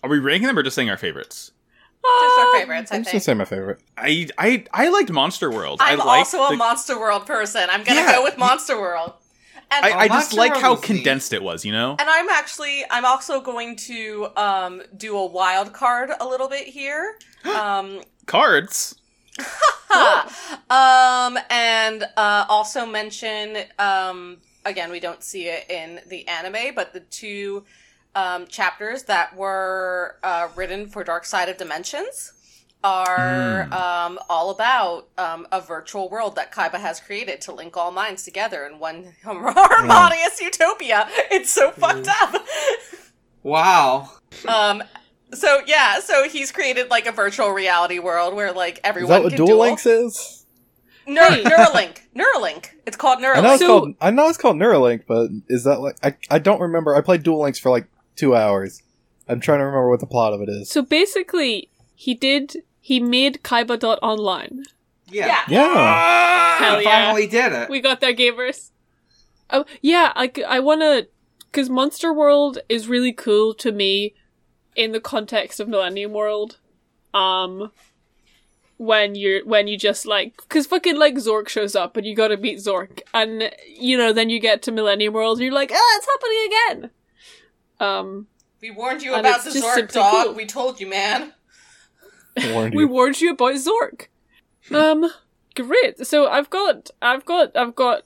B: Are we ranking them or just saying our favorites?
G: Just our
D: Um,
G: favorites, I
C: I'm just gonna
G: think.
C: say my favorite.
B: I I I liked Monster World. I
G: I'm
B: liked
G: also a
B: the-
G: Monster World person. I'm gonna
B: Yeah,
G: go with
B: you-
G: Monster World. And
B: I, I just
F: Monster
B: like
F: World
B: how
F: was neat.
B: condensed it was. You know.
G: And I'm actually I'm also going to um do a wild card a little bit here. Um
B: Cards.
G: ha. um and uh also mention um again we don't see it in the anime but the two um chapters that were uh written for Dark Side of Dimensions are
B: Hmm.
G: um all about um a virtual world that Kaiba has created to link all minds together in one harmonious utopia. It's so fucked up.
F: Wow.
G: Um. So yeah, so he's created like a virtual reality world where like
C: Is
G: everyone
C: that what
G: can
C: Dual
G: duel.
C: Links is?
G: Neur-
D: Hey.
G: Neuralink, Neuralink. It's called
C: I know
G: Neuralink.
C: it's
D: So-
C: called I know it's called Neuralink, but is that like I I don't remember. I played Dual Links for like two hours. I'm trying to remember what the plot of it is.
D: So basically, he did. He made Kaiba dot online.
F: Yeah.
G: yeah.
C: Yeah,
D: Hell
F: He
D: yeah.
F: Finally did it.
D: We got there, gamers. Oh yeah, I I want to because Monster World is really cool to me in the context of Millennium World. Um, when you're when you just like because fucking like Zork shows up and you got to beat Zork and you know then you get to Millennium World and you're like oh it's happening again. Um,
G: We warned you
D: And
G: about
D: it's
G: the
D: just
G: Zork
D: simply
G: dog.
D: cool.
G: We told you, man.
C: warned
D: we
C: you.
D: warned you about Zork. Um, great. So I've got, I've got, I've got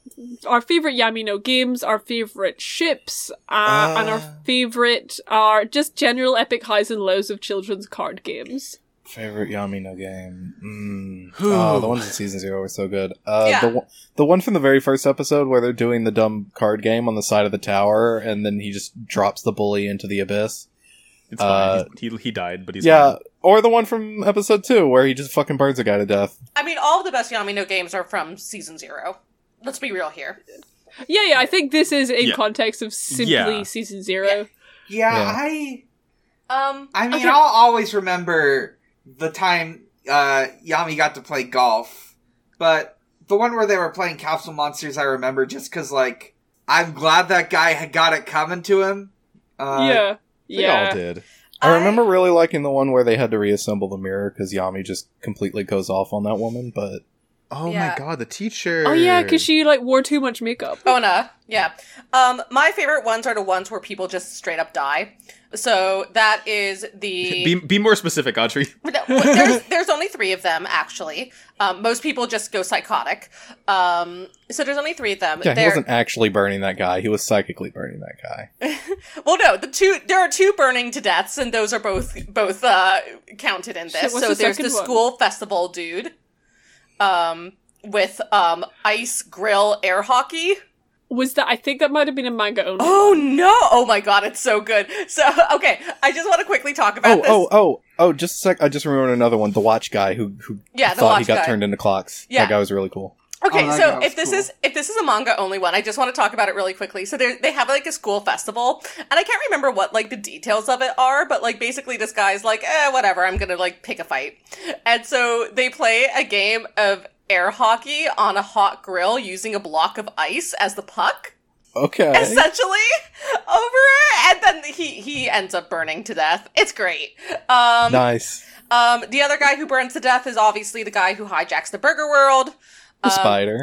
D: our favorite Yamino games, our favorite ships, uh, and our
C: Ah.
D: favorite are just general epic highs and lows of children's card games.
C: Favorite Yamino game? Mm. Oh, the ones in season zero were so good. Uh,
G: Yeah.
C: the, one- the one from the very first episode where they're doing the dumb card game on the side of the tower, and then he just drops the bully into the abyss.
B: It's
C: Uh,
B: fine. He, he he died, but he's
C: yeah,
B: fine.
C: or the one from episode two where he just fucking burns a guy to death.
G: I mean, all of the best Yamino games are from season zero. Let's be real here.
D: Yeah, yeah. I think this is in
B: Yeah.
D: context of simply
B: Yeah.
D: season zero.
G: Yeah.
F: yeah,
C: Yeah.
F: I.
G: Um.
F: I mean,
D: Okay.
F: I'll always remember the time uh, Yami got to play golf, but the one where they were playing Capsule Monsters, I remember just because, like, I'm glad that guy had got it coming to him. Uh,
D: yeah,
C: They
D: yeah.
C: all did.
G: I-
C: I remember really liking the one where they had to reassemble the mirror because Yami just completely goes off on that woman. But
B: Oh
G: Yeah.
B: my god, the teacher.
D: Oh yeah, because she like wore too much makeup.
G: Oh no, yeah. Um, my favorite ones are the ones where people just straight up die. So that is the
B: Be, be more specific, Audrey.
G: No, there's, there's only three of them actually. Um, most people just go psychotic. Um, so there's only three of them.
C: yeah, he
G: There-
C: wasn't actually burning that guy; he was psychically burning that guy.
G: well, no, the two there are two burning to deaths, and those are both both uh, counted in
D: Shit,
G: this.
D: what's
G: so
D: the
G: there's the
D: second one?
G: school festival dude, um, with um ice grill air hockey.
D: Was that? I think that might have been a manga only.
G: Oh no! Oh my god, it's so good. So okay, I just want to quickly talk about
C: Oh,
G: this.
C: oh, oh, oh! Just a sec. I just remembered another one. The watch guy who who
G: yeah, the
C: thought
G: watch
C: he got
G: guy.
C: turned into clocks.
G: Yeah.
C: That guy was really cool.
G: Okay,
F: Oh, that
G: so
F: sounds
G: if this
F: cool.
G: is if this is a manga only one, I just want to talk about it really quickly. So they they have like a school festival, and I can't remember what like the details of it are, but like basically this guy's like, eh, whatever, I'm gonna like pick a fight, and so they play a game of air hockey on a hot grill using a block of ice as the puck,
C: Okay.
G: essentially over it, and then he he ends up burning to death. It's great. Um,
C: nice.
G: um, the other guy who burns to death is obviously the guy who hijacks the Burger World.
C: The
G: Um,
C: spider.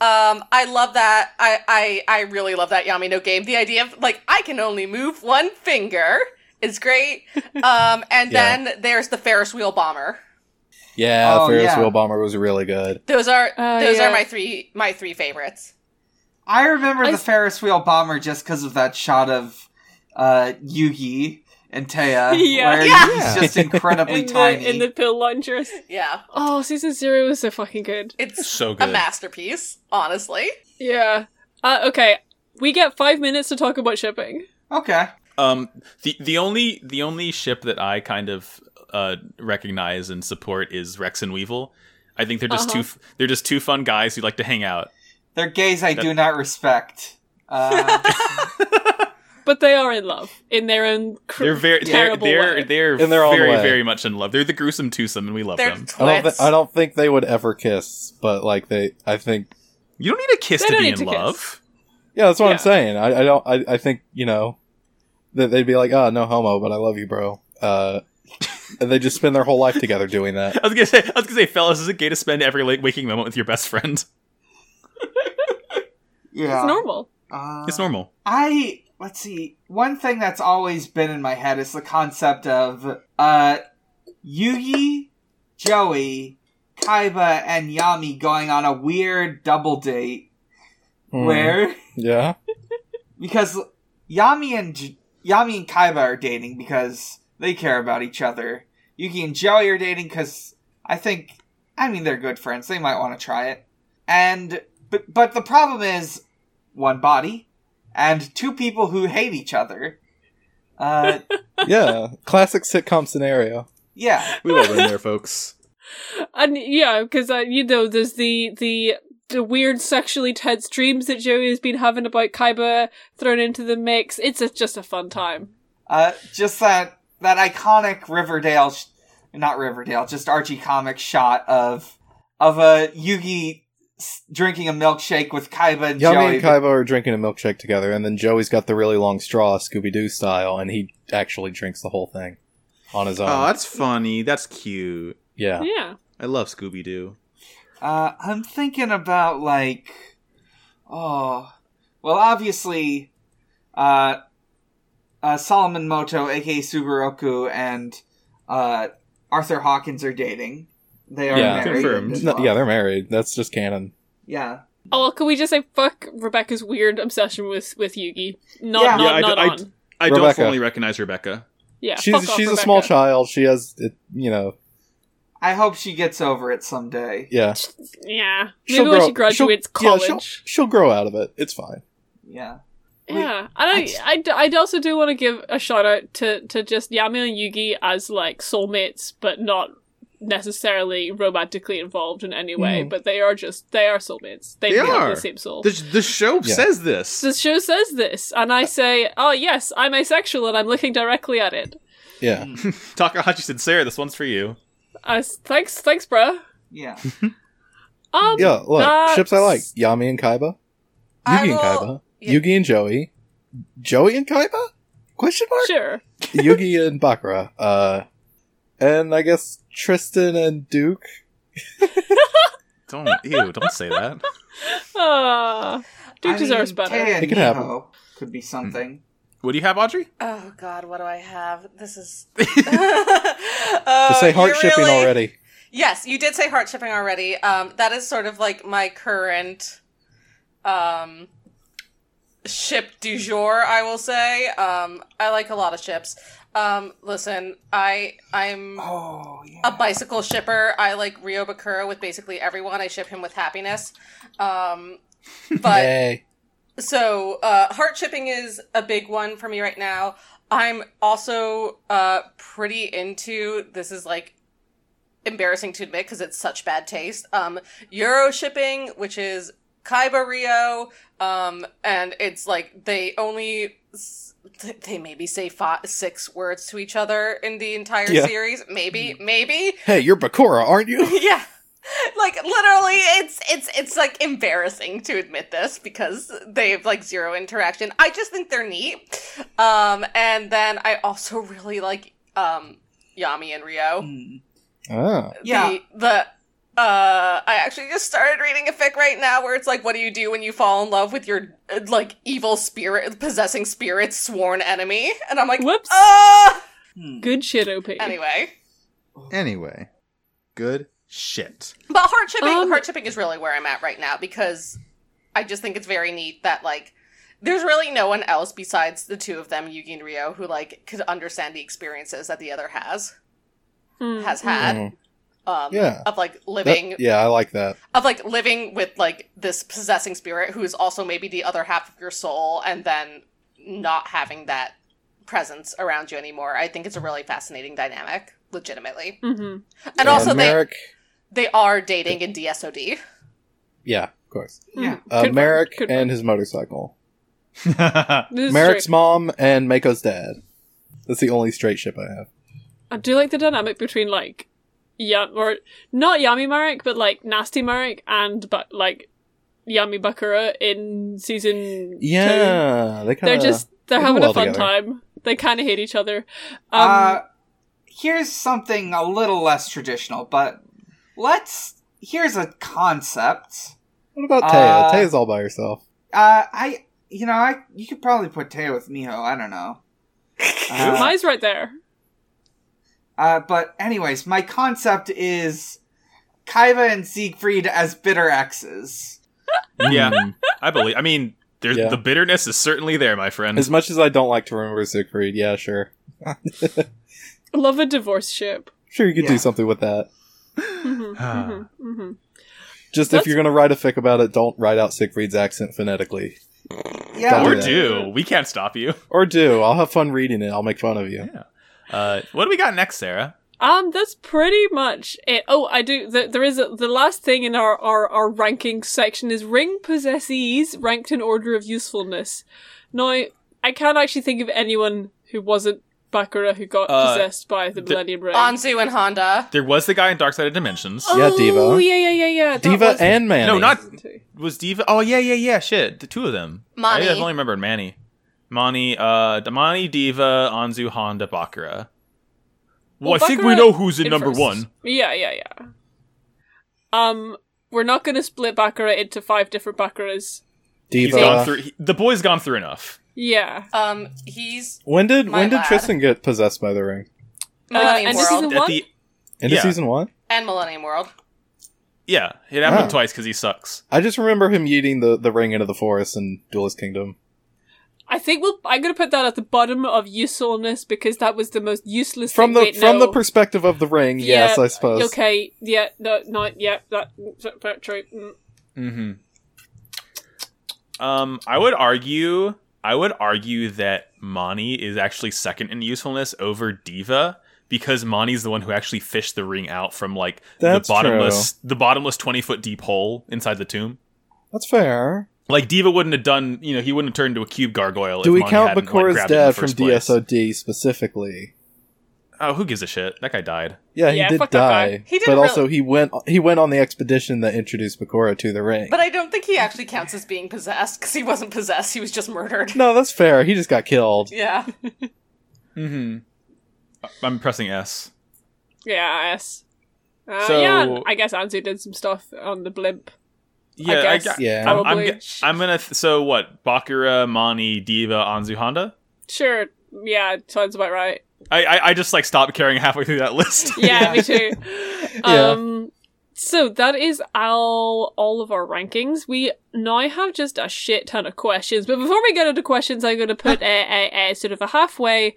G: um, I love that. I, I I really love that Yamino game. The idea of like I can only move one finger is great. Um,
C: Yeah.
G: and then there's the Ferris wheel bomber.
C: Yeah,
F: Oh,
C: Ferris
F: yeah.
C: wheel bomber was really good.
G: Those are
D: Uh,
G: those
D: yeah.
G: are my three my three favorites.
F: I remember
D: I
F: the
D: s-
F: Ferris wheel bomber just because of that shot of uh, Yugi and Taya,
D: Yeah.
F: where
G: Yeah.
F: he's just incredibly
D: in the,
F: tiny.
D: in the pill laundress.
G: Yeah.
D: Oh, season zero is so fucking good.
G: It's
B: So
G: a
B: good.
G: masterpiece, honestly.
D: Yeah. Uh, okay, we get five minutes to talk about shipping.
F: Okay.
B: Um, the the only the only ship that I kind of uh, recognize and support is Rex and Weevil. I think they're just
D: Uh-huh.
B: two f- they're just two fun guys who like to hang out.
F: They're gays I
B: That-
F: do not respect. Uh,
D: But they are in love in their own. Cr-
B: They're very they're
D: terrible
B: they're
D: way.
B: they're,
C: In their own
B: very
C: way.
B: very much in love. They're the gruesome twosome, and we love
G: They're
B: them.
G: twits.
C: I don't, thi- I don't think they would ever kiss, but like they, I think,
B: You don't need a kiss
D: They
B: to
D: don't
B: be in
D: need to kiss.
B: love.
C: yeah, that's what
D: Yeah.
C: I'm saying. I, I don't, I, I think you know that they'd be like, oh, no homo, but I love you, bro. Uh, and they just spend their whole life together doing that.
B: I was gonna say I was gonna say, fellas, is it gay to spend every like, waking moment with your best friend?
F: yeah.
D: It's normal.
F: Uh,
B: It's normal.
F: I let's see. One thing that's always been in my head is the concept of uh Yugi, Joey, Kaiba, and Yami going on a weird double date
B: Hmm.
C: Mm.
F: where
C: Yeah.
F: because Yami and J- Yami and Kaiba are dating because they care about each other. Yugi and Joey are dating because I think I mean they're good friends. They might want to try it. And but but the problem is one body and two people who hate each other. Uh,
C: Yeah. Classic sitcom scenario.
F: yeah,
B: We've all been there, folks.
D: And yeah, because uh, you know, there's the the the weird sexually tense dreams that Joey has been having about Kaiba thrown into the mix. It's a, just a fun time.
F: uh, just that that iconic Riverdale, sh- not Riverdale, just Archie comic shot of of a Yugi s- drinking a milkshake with Kaiba and
C: Yami
F: Joey.
C: and Kaiba are drinking a milkshake together, and then Joey's got the really long straw, Scooby Doo style, and he actually drinks the whole thing on his own.
B: oh, that's funny. That's cute.
C: yeah.
D: Yeah.
B: I love Scooby Doo.
F: Uh, I'm thinking about like, oh, well, obviously, uh, uh, Solomon Moto, aka Subaroku, and uh, Arthur Hawkins are dating. They are
C: Yeah.
F: married.
B: Confirmed.
F: as
C: No,
F: well.
C: yeah, they're married. That's just canon.
F: yeah.
D: Oh, well, can we just say fuck Rebecca's weird obsession with with Yugi? Not
F: Yeah.
D: not,
B: Yeah, I
D: not
B: d- I d-
D: on.
B: I don't
C: Rebecca.
B: formally recognize Rebecca.
D: yeah.
C: she's
D: fuck off,
C: she's a
D: Rebecca.
C: small child. She has, it, you know,
F: I hope she gets over it someday.
C: yeah.
D: Yeah. Maybe
C: She'll
D: when
C: grow-
D: she graduates
C: she'll- yeah,
D: college.
C: she'll- she'll, grow out of it. It's fine.
F: Yeah. we-
D: Yeah, and
F: that's-
D: I, I, d- I'd also do want to give a shout out to, to just Yami and Yugi as like soulmates, but not necessarily romantically involved in any way.
C: Mhm.
D: But they are just they are soulmates. They,
B: They
D: have
B: are.
D: the same soul.
B: The, the show
C: Yeah.
B: says this.
D: the show says this, and I say, "Oh yes, I'm asexual, and I'm looking directly at it."
C: Yeah.
B: Takahashi said, Sarah, this one's for you.
D: I s thanks, thanks, bruh.
F: Yeah.
D: Um,
C: Yeah, look,
D: that's-
C: ships I like Yami and Kaiba,
G: I
C: Yugi and
G: will-
C: Kaiba,
G: Yeah.
C: Yugi and Joey, Joey and Kaiba? Question mark?
D: Sure.
C: Yugi and Bakura. Uh, and I guess Tristan and Duke.
B: Don't, ew, don't say that.
D: Uh, Duke
F: I
D: deserves
F: mean,
D: better.
F: Taya and
C: It could
F: Niho
C: happen.
F: could be something.
B: What do you have, Audrey?
G: Oh god, what do I have? This is Oh,
C: Just say
G: you
C: heart shipping
G: really-
C: already.
G: Yes, you did say heart shipping already. Um that is sort of like my current um ship du jour, I will say. Um I like a lot of ships. Um listen, I I'm
F: Oh, yeah.
G: a bicycle shipper. I like Rio Bakura with basically everyone. I ship him with happiness. Um but
C: Yay.
G: so uh, heart shipping is a big one for me right now. I'm also uh, pretty into this is like embarrassing to admit because it's such bad taste. Um, Euro shipping, which is Kaiba Rio, um, and it's like they only s- th- they maybe say five, six words to each other in the entire
C: Yeah.
G: series. Maybe, maybe
C: Hey, you're Bakura, aren't you?
G: yeah like literally it's it's it's like embarrassing to admit this because they have like zero interaction i just think they're neat um and then i also really like um yami and
D: Oh,
G: rio
F: Mm.
C: Ah.
F: Yeah.
G: the, the uh i actually just started reading a fic right now where it's like what do you do when you fall in love with your uh, like evil spirit possessing spirit's sworn enemy and i'm like
D: Whoops.
G: uh
F: Hmm.
D: Good shit, OP.
G: anyway
B: Anyway, good shit.
G: But heart shipping,
D: Um,
G: heart shipping is really where I'm at right now because I just think it's very neat that like there's really no one else besides the two of them, Yugi and Rio, who like could understand the experiences that the other has
D: Hmm,
G: has had.
C: Mhm.
G: Um,
C: Yeah.
G: of like
C: That-
G: living
C: yeah, I like that.
G: of like living with like this possessing spirit who is also maybe the other half of your soul and then not having that presence around you anymore i think it's a really fascinating dynamic legitimately
D: Mm-hmm.
G: and
C: Yeah,
G: also
C: Merrick.
G: they they are dating in dsod
C: Yeah, of course.
F: Yeah.
C: Uh, Merrick and his motorcycle.
D: This is
C: Merrick's
D: true.
C: mom and Mako's dad. That's the only straight ship I have.
D: I do like the dynamic between like, yeah, or not Yami Marek, but like Nasty Marek and but like Yami Bakura in season. two.
C: Yeah, they kind
D: they're
C: of
D: just they're
C: they go
D: having
C: well
D: a fun
C: together.
D: time. They kind of hate each other. Um,
F: uh, here's something a little less traditional, but let's. Here's a concept.
C: What about
F: Uh,
C: Taya? Taya's all by herself.
F: Uh, I, you know, I you could probably put Teo with Miho. I don't know. Uh,
D: mine's Um, right there.
F: Uh, but anyways, my concept is Kaiba and Siegfried as bitter exes.
B: Yeah.
C: Mm.
B: I believe. I mean, there's
C: Yeah.
B: the bitterness is certainly there, my friend.
C: As much as I don't like to remember Siegfried, yeah, sure,
D: I love a divorce ship.
C: sure you could
F: Yeah.
C: do something with that.
D: Mhm,
B: Ah.
D: mhm, mhm.
C: Just if
D: That's-
C: you're gonna write a fic about it, don't write out Siegfried's accent phonetically,
F: Yeah,
C: Don't
B: or
C: do that.
B: do we can't stop you.
C: or do. I'll have fun reading it. I'll make fun of you.
B: Uh, what do we got next, Sarah?
D: Um, that's pretty much it. Oh, I do. Th- there is a, the last thing in our, our our ranking section is ring possessees ranked in order of usefulness. Now, I can't actually think of anyone who wasn't Bakura who got
B: Uh,
D: possessed by the
B: the-
D: Millennium Ring.
G: anzu and honda
B: There was the guy in Dark Side of Dimensions.
C: Yeah,
D: Oh,
C: Diva.
D: yeah, yeah, yeah, yeah. that
C: Diva
D: was-
C: and Manny.
B: No, not was Diva. Oh yeah, yeah, yeah. Shit, the two of them.
G: Mani.
B: I, I've only remembered Manny, Mani, uh, Damani, Diva, Anzu, Honda, Bakura. Well,
D: Well,
B: I think we
D: Bakura
B: know who's in
D: in
B: number
D: first.
B: one.
D: Yeah, yeah, yeah. Um, we're not going to split Bakura into five different Bakuras.
B: He's
C: Diva.
B: gone through. he- the boy's gone through enough.
D: Yeah.
G: um he's
C: When did
G: My
C: when did
G: lad.
C: Tristan get possessed by the ring?
G: millennium
D: Uh, and this
G: world
D: is
B: At
D: What?
B: the
C: End
B: Yeah.
C: of season one.
G: and millennium world
B: yeah, it happened
C: Oh.
B: twice because he sucks.
C: I just remember him yeeting the, the ring into the forest in Duelist Kingdom.
D: I think we'll. I'm gonna put that at the bottom of usefulness because that was the most useless.
C: From
D: thing.
C: the
D: Wait,
C: from
D: no.
C: the perspective of the ring, yes,
D: Yeah,
C: I suppose.
D: Okay. Yeah. No. Not. Yeah. That. that, that true. Mm.
B: Mm-hmm. Um, I would argue, I would argue that Mani is actually second in usefulness over Diva because Mani's the one who actually fished the ring out from like
C: That's
B: the bottomless, the bottomless twenty foot deep hole inside the tomb.
C: That's fair.
B: Like Diva wouldn't have done, you know, he wouldn't have turned into a cube gargoyle.
C: Do
B: if
C: we
B: Mani
C: count
B: hadn't, like,
C: Bakura's
B: grabbed it in the
C: dad from
B: first place.
C: DSOD specifically?
B: Oh, who gives a shit? That guy died.
C: Yeah, he
D: Yeah,
C: did
D: fuck that guy.
C: die.
G: He didn't
C: but
G: really-
C: also he went he went on the expedition that introduced Bakura to the ring.
G: but i don't think he actually counts as being possessed because he wasn't possessed he was just murdered
C: no, that's fair. He just got killed.
G: yeah
B: Mm-hmm. I'm pressing S.
D: Yeah. Yes. Uh,
B: So-
D: yeah. I guess Anzu did some stuff on the blimp.
B: Yeah, I
D: guess.
B: gu-
C: Yeah.
B: I'm, I'm,
D: Probably.
B: gu- I'm gonna. Th- so what? Bakura, Mani, Diva, Anzu, Honda.
D: Sure. Yeah. Sounds about right.
B: I, I, I just like stopped caring halfway through that list.
D: Yeah. me too.
C: Yeah.
D: Um. So that is all all of our rankings. We now have just a shit ton of questions, but before we get into questions, I'm going to put a, a, a sort of a halfway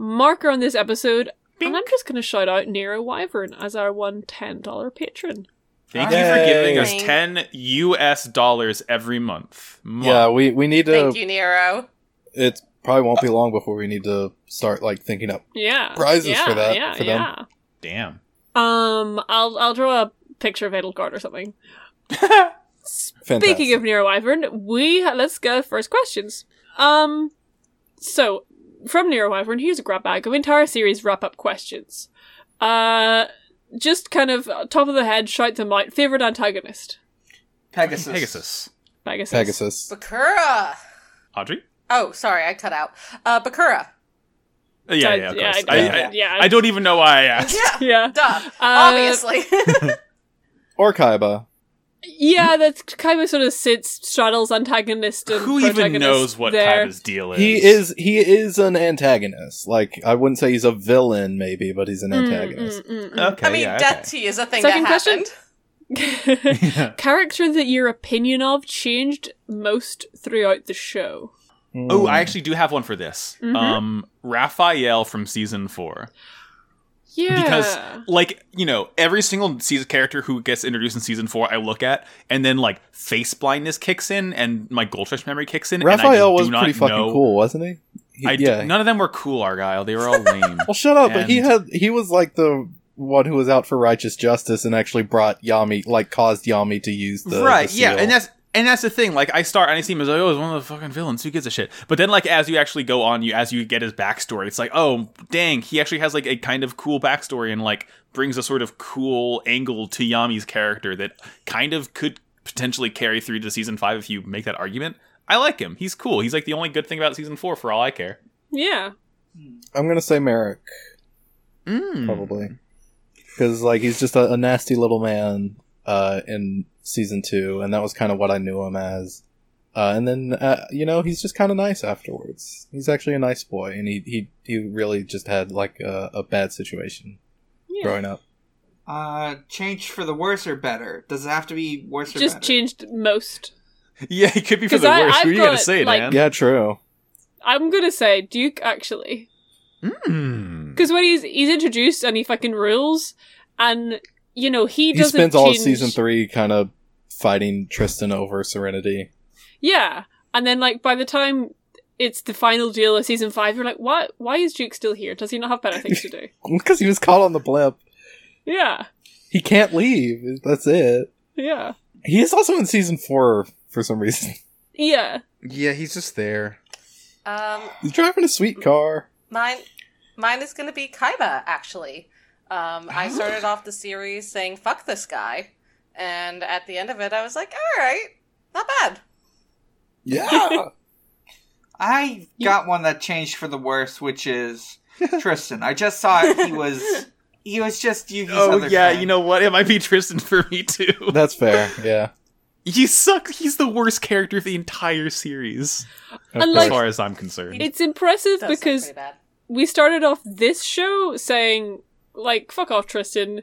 D: marker on this episode, and I'm just going to shout out Nero Wyvern as our one ten dollar patron.
B: Thank you for
C: Yay.
B: giving us
G: Thank-
B: ten US dollars every month. Mwah.
C: Yeah, we, we need
G: thank
C: to
G: you nero
C: it probably won't be long before we need to start like thinking up
D: Yeah,
C: Prizes
D: yeah,
C: for that,
D: Yeah,
C: for them.
D: yeah.
B: Damn.
D: Um, I'll I'll draw a picture of Edelgard or something.
C: fantastic.
D: Speaking of Nero Wyvern, we ha- let's go first questions. Um, so from Nero Wyvern, here's a grab bag of entire series wrap up questions. Uh, just kind of uh, top of the head, shout them out. Favorite antagonist,
F: Pegasus.
B: Pegasus.
D: Pegasus.
C: Pegasus.
G: bakura
B: Audrey?
G: oh sorry i cut out uh bakura
B: Uh, Yeah, yeah, of
D: yeah,
B: course.
D: I-
B: I,
D: yeah,
B: I,
D: yeah.
B: I don't even know why I asked.
G: yeah
D: yeah, Uh,
G: duh obviously
C: Or Kaiba.
D: yeah. That's kind of sort of sits straddles antagonist and
B: Who even
D: protagonist
B: knows what
D: there.
B: Kaiba's deal is?
C: He is he is an antagonist. Like I wouldn't say he's a villain, maybe, but he's an
D: Mm,
C: antagonist.
D: mm, mm, mm.
B: Okay,
G: I mean,
B: yeah,
G: death
B: okay.
G: tea is a thing
D: Second
G: that
D: question?
G: happened.
B: Yeah.
D: mm. Character that your opinion of changed most throughout the show.
C: Hmm.
B: Oh, I actually do have one for this. Um, Raphael from season four.
D: Yeah.
B: because like you know every single season character who gets introduced in season four i look at and then like face blindness kicks in and my gold rush memory kicks in and I
C: Raphael
B: do
C: was
B: not
C: pretty fucking
B: know-
C: cool, wasn't he? He-
B: I d- none of them were cool argyle they were all lame
C: Well, shut up. But he
B: And-
C: had he was like the one who was out for righteous justice and actually brought Yami, like caused Yami to use the
B: right
C: the
B: yeah
C: seal.
B: and that's and that's the thing like i start and i see him as like oh he's one of the fucking villains who gives a shit but then like as you actually go on you as you get his backstory it's like oh dang he actually has like a kind of cool backstory and like brings a sort of cool angle to yami's character that kind of could potentially carry through to season five if you make that argument i like him he's cool he's like the only good thing about season four for all i care
D: yeah.
C: I'm gonna say Merrick
B: mm.
C: probably because like he's just a, a nasty little man uh, in season two, and that was kind of what I knew him as. Uh, and then uh, you know he's just kind of nice afterwards. He's actually a nice boy, and he he, he really just had like a, a bad situation
D: Yeah.
C: growing up.
F: Uh, change for the worse or better? Does it have to be worse or
D: Just
F: better?
D: changed most.
B: yeah it could be for
D: 'Cause
B: the
D: I-
B: worst
D: I've
B: who you gotta
D: got,
B: say
D: like-
B: dan
C: Yeah, true.
D: I'm gonna say Duke actually,
B: Mm.
D: because when he's he's introduced and he fucking rules, and you know
C: He,
D: he doesn't.
C: spends all of
D: change-
C: season three kind of fighting Tristan over Serenity.
D: Yeah, and then like by the time it's the final deal of season five, you're like, what? Why is Duke still here? Does he not have better things to do?
C: because he was caught on the blimp.
D: yeah,
C: He can't leave. That's it.
D: yeah,
C: He is also in season four for some reason.
D: yeah.
B: yeah he's just there
G: Um,
C: He's driving a sweet car.
G: Mine, mine is going to be Kaiba. Actually, um,
B: Oh.
G: I started off the series saying "fuck this guy," and at the end of it, I was like, "All right, not bad."
C: Yeah.
F: I got one that changed for the worse, which is Tristan. I just saw it. he was he was just Yugi's
B: oh
F: other
B: yeah
F: friend.
B: you know what it might be tristan for me too
C: That's fair. Yeah.
B: He sucks. He's the worst character of the entire series,
D: And,
B: as
D: Like-
B: far as I'm concerned.
D: It's impressive
G: That was
D: because
G: pretty bad.
D: we started off this show saying like, fuck off, Tristan,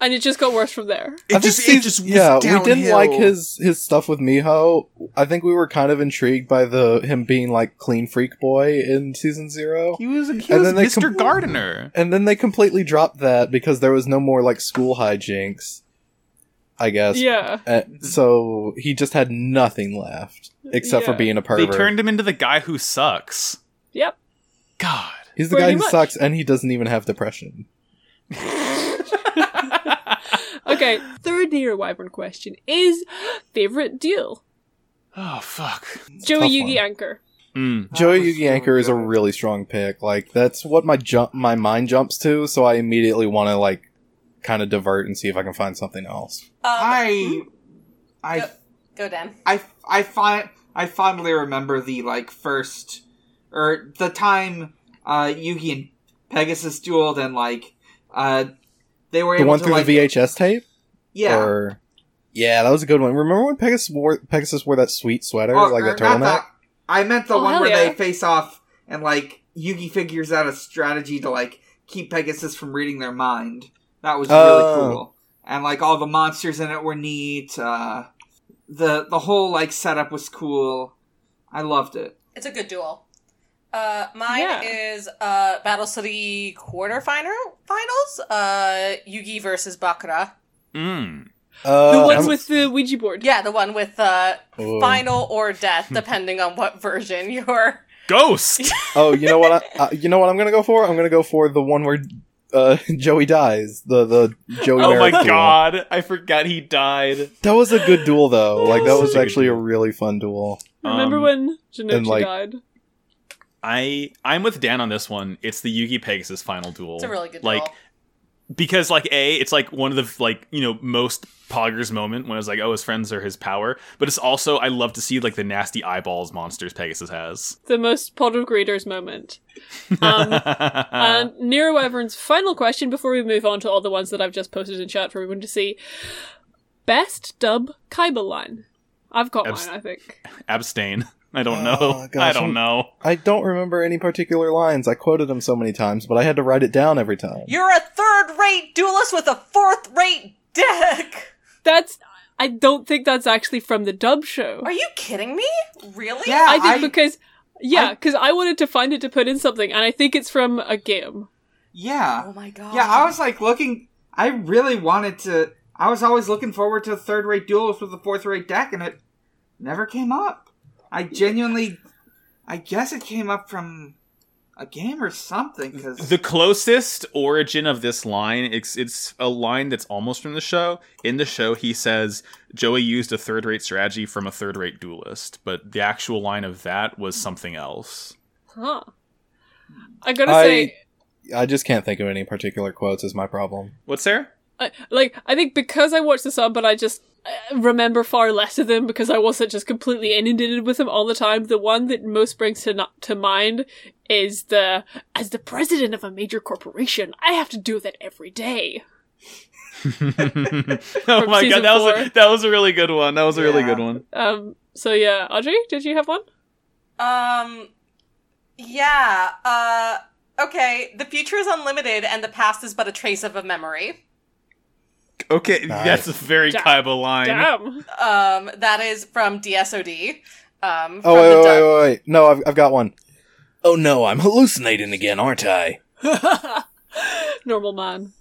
D: and it just got worse from there.
C: I think season- yeah, we didn't like his his stuff with Miho. I think we were kind of intrigued by the him being like clean freak boy in season zero,
B: He was, he
C: And
B: was
C: then they
B: Mr.
C: com-
B: Gardener.
C: and then they completely dropped that because there was no more like school hijinks. I guess.
D: Yeah,
C: Uh, so he just had nothing left except for
D: Yeah.
C: being a
B: They
C: pervert.
B: turned him into the guy who sucks.
D: yep.
B: God.
C: He's the
D: Pretty
C: guy who
D: much.
C: sucks, and he doesn't even have depression.
D: Okay, third year wyvern question is favorite deal.
B: Oh fuck.
D: Joey
C: Tough
D: Yugi
C: one.
D: anchor.
B: Mm.
F: That
C: Joey
F: was
C: Yugi Anchor is a
F: good.
C: really strong pick. Like that's what my jump, my mind jumps to. So I immediately want to like kind of divert and see if I can find something else.
G: Um,
F: I I
B: uh,
G: go, go Dan.
F: I I find I fondly remember the like first or the time uh Yugi and Pegasus dueled and like uh they were
C: The
F: able
C: one
F: to,
C: through
F: like,
C: the VHS tape.
F: yeah
C: Or... Yeah, that was a good one. Remember when Pegasus wore Pegasus wore that sweet sweater,
F: Or-
C: like
F: or
C: that
F: not
C: turtleneck?
F: I meant the
D: Oh,
F: one
D: hell
F: where
D: yeah.
F: they face off and like Yugi figures out a strategy to like keep Pegasus from reading their mind. That was
C: Oh.
F: really cool. And like all the monsters in it were neat. Uh, the the whole like setup was cool. I loved it.
G: It's a good duel. Uh, mine
D: Yeah.
G: is uh, Battle City quarterfinal finals. Uh, Yugi versus Bakura.
B: Mm.
C: Uh,
D: the one
C: I'm-
D: with the Ouija board.
G: Yeah, the one with uh,
C: Ooh.
G: final or death, depending on what version you're.
B: Ghost.
C: oh, you know what? I, uh, you know what I'm gonna go for? I'm gonna go for the one where uh, Joey dies. The the Joey.
B: oh my
C: Merrick duel.
B: god. I forgot he died.
C: That was a good duel though. Like that
B: Such a
C: was
B: good
C: actually a
B: duel.
C: really fun duel.
D: Remember
B: Um,
D: when Janochi
C: and, like-
D: died?
B: I I'm with Dan on this one. It's the Yugi Pegasus final duel.
G: It's a really good
B: like
G: duel.
B: because like a it's like one of the like you know most poggers moment when it's like oh his friends are his power but it's also i love to see like the nasty eyeballs monsters pegasus has
D: The most pod of greeters moment. Um, and Nero Wyvern's final question before we move on to all the ones that I've just posted in chat for everyone to see. Best dub Kaiba line. I've got
B: Abs-
D: mine, I think.
B: abstain i don't
C: Oh,
B: know
C: gosh,
B: i don't
C: I'm-
B: know
C: I don't remember any particular lines. I quoted them so many times, but I had to write it down every time.
G: You're a third rate duelist with a fourth rate dick!
D: That's I don't think that's actually from the dub show.
G: Are you kidding me? Really?
F: Yeah,
D: I think
F: I-
D: because yeah, because I wanted to find it to put in something, and I think it's from a game.
G: Oh
F: Yeah.
G: my god.
F: Yeah, I was like looking. I really wanted to. I was always looking forward to third rate duels with the fourth rate deck, and it never came up. I genuinely. I guess it came up from a game or something, because.
B: The closest origin of this line, it's, it's a line that's almost from the show. In the show, he says Joey used a third rate strategy from a third rate duelist, but the actual line of that was something else.
D: Huh. I gotta
C: I-
D: say,
C: I just can't think of any particular quotes is my problem.
B: What's there?
D: I, like I think because I watched the sub, but I just uh, remember far less of them because I wasn't just completely inundated with them all the time. The one that most springs to not, to mind is the as the president of a major corporation, I have to do that every day.
B: oh my
D: season
B: god, that was
D: four.
B: a, that was a really good one. That was a really
F: Yeah.
B: good one.
D: Um. So yeah, Audrey, did you have one?
G: Um Yeah, uh okay, the future is unlimited and the past is but a trace of a memory.
B: Okay, that's a very
D: Da-
B: Kaiba line.
D: Damn.
G: Um that is from DSOD. Um
C: Oh wait,
G: from the
C: wait,
G: dub-
C: wait, wait, wait. No, I've, I've got one. Oh no, I'm hallucinating again, aren't I?
D: Normal man.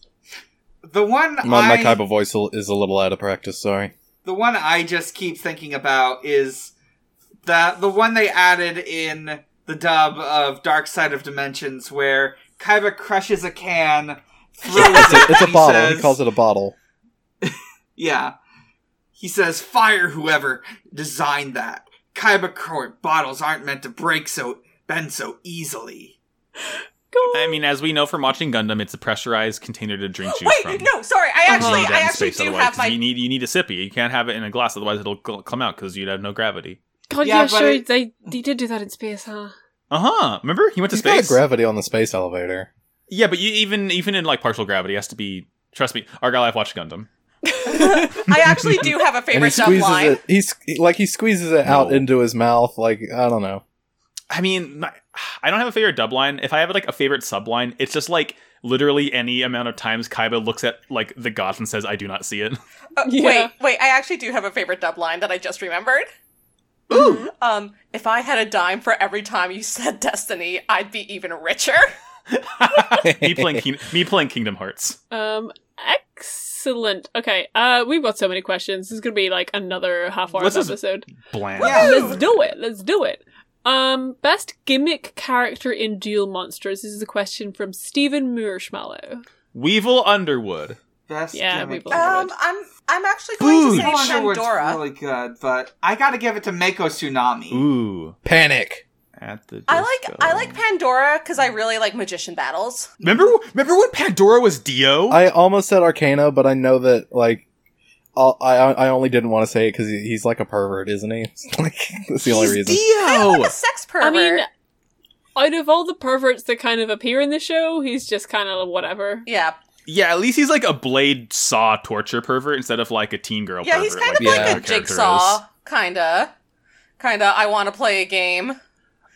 F: The one
C: My, my
F: I-
C: type of voice a- is a little out of practice. Sorry.
F: The one I just keep thinking about is the the one they added in the dub of Dark Side of Dimensions, where Kaiba crushes a can. Throws it,
C: It's a
F: and
C: bottle.
F: Says,
C: he calls it a bottle.
F: Yeah, he says, "Fire whoever designed that." Kaiba Court bottles aren't meant to break so bend so easily.
B: I mean, as we know from watching Gundam, it's a pressurized container to drink juice from.
G: Oh, Wait, no, sorry. I actually
B: You need that
G: I
B: in
G: actually
B: space
G: do
B: otherwise,
G: have
B: 'cause
G: my
B: You need you need a sippy. You can't have it in a glass, otherwise it'll gl- come out because you'd have no gravity.
D: God,
F: Yeah,
D: yeah,
F: but
D: sure.
F: it-
D: They they did do that in space, huh?
B: Uh huh. Remember, he went to
C: He's got
B: space.
C: a gravity on the space elevator.
B: yeah, but you even even in like partial gravity it has to be. Trust me, Argyle, I've watched Gundam.
G: I actually do have a
C: and he
G: favorite dub
C: squeezes
G: line.
C: it. He's like he squeezes it out
B: No.
C: into his mouth. Like I don't know.
B: I mean, my- I don't have a favorite dub line. If I have like a favorite subline, it's just like literally any amount of times Kaiba looks at like the gods and says, "I do not see it."
G: Uh,
D: Yeah.
G: Wait, wait, I actually do have a favorite dub line that I just remembered. Ooh. Um, if I had a dime for every time you said destiny, I'd be even richer.
D: Oh
B: me playing King- me playing Kingdom Hearts.
D: Um, excellent. Okay. Uh, we've got so many questions. This is gonna be like another half hour
B: Let's
D: of
B: just-
D: episode.
B: Bland.
F: Yeah.
D: Let's do it. Let's do it. Um, best gimmick character in Duel Monsters. This is a question from Stephen Moorschmallow.
B: Weevil Underwood.
F: Best
D: Yeah,
F: gimmick.
D: we believe-
G: Um, I'm I'm actually going
B: Ooh.
G: to say
F: No wonder it's
G: Shandora.
F: really good, but I got to give it to Mako Tsunami.
B: Ooh.
C: Panic.
B: At the
G: I like
B: disco.
G: I like Pandora because I really like magician battles.
B: Remember remember when Pandora was Dio?
C: I almost said Arcana, but I know that like. I'll- I I only didn't want to say it because he, he's like a pervert, isn't he? like that's the only
B: He's
C: reason.
B: Dio.
G: Like a sex pervert.
D: I mean, out of all the perverts that kind of appear in the show, he's just kind of whatever.
G: yeah,
B: yeah, at least he's like a blade saw torture pervert instead of like a teen girl.
G: yeah,
B: pervert,
G: he's kind of
B: the
G: like
B: other
G: a
B: character is.
G: jigsaw, kinda, kinda. I want to play a game.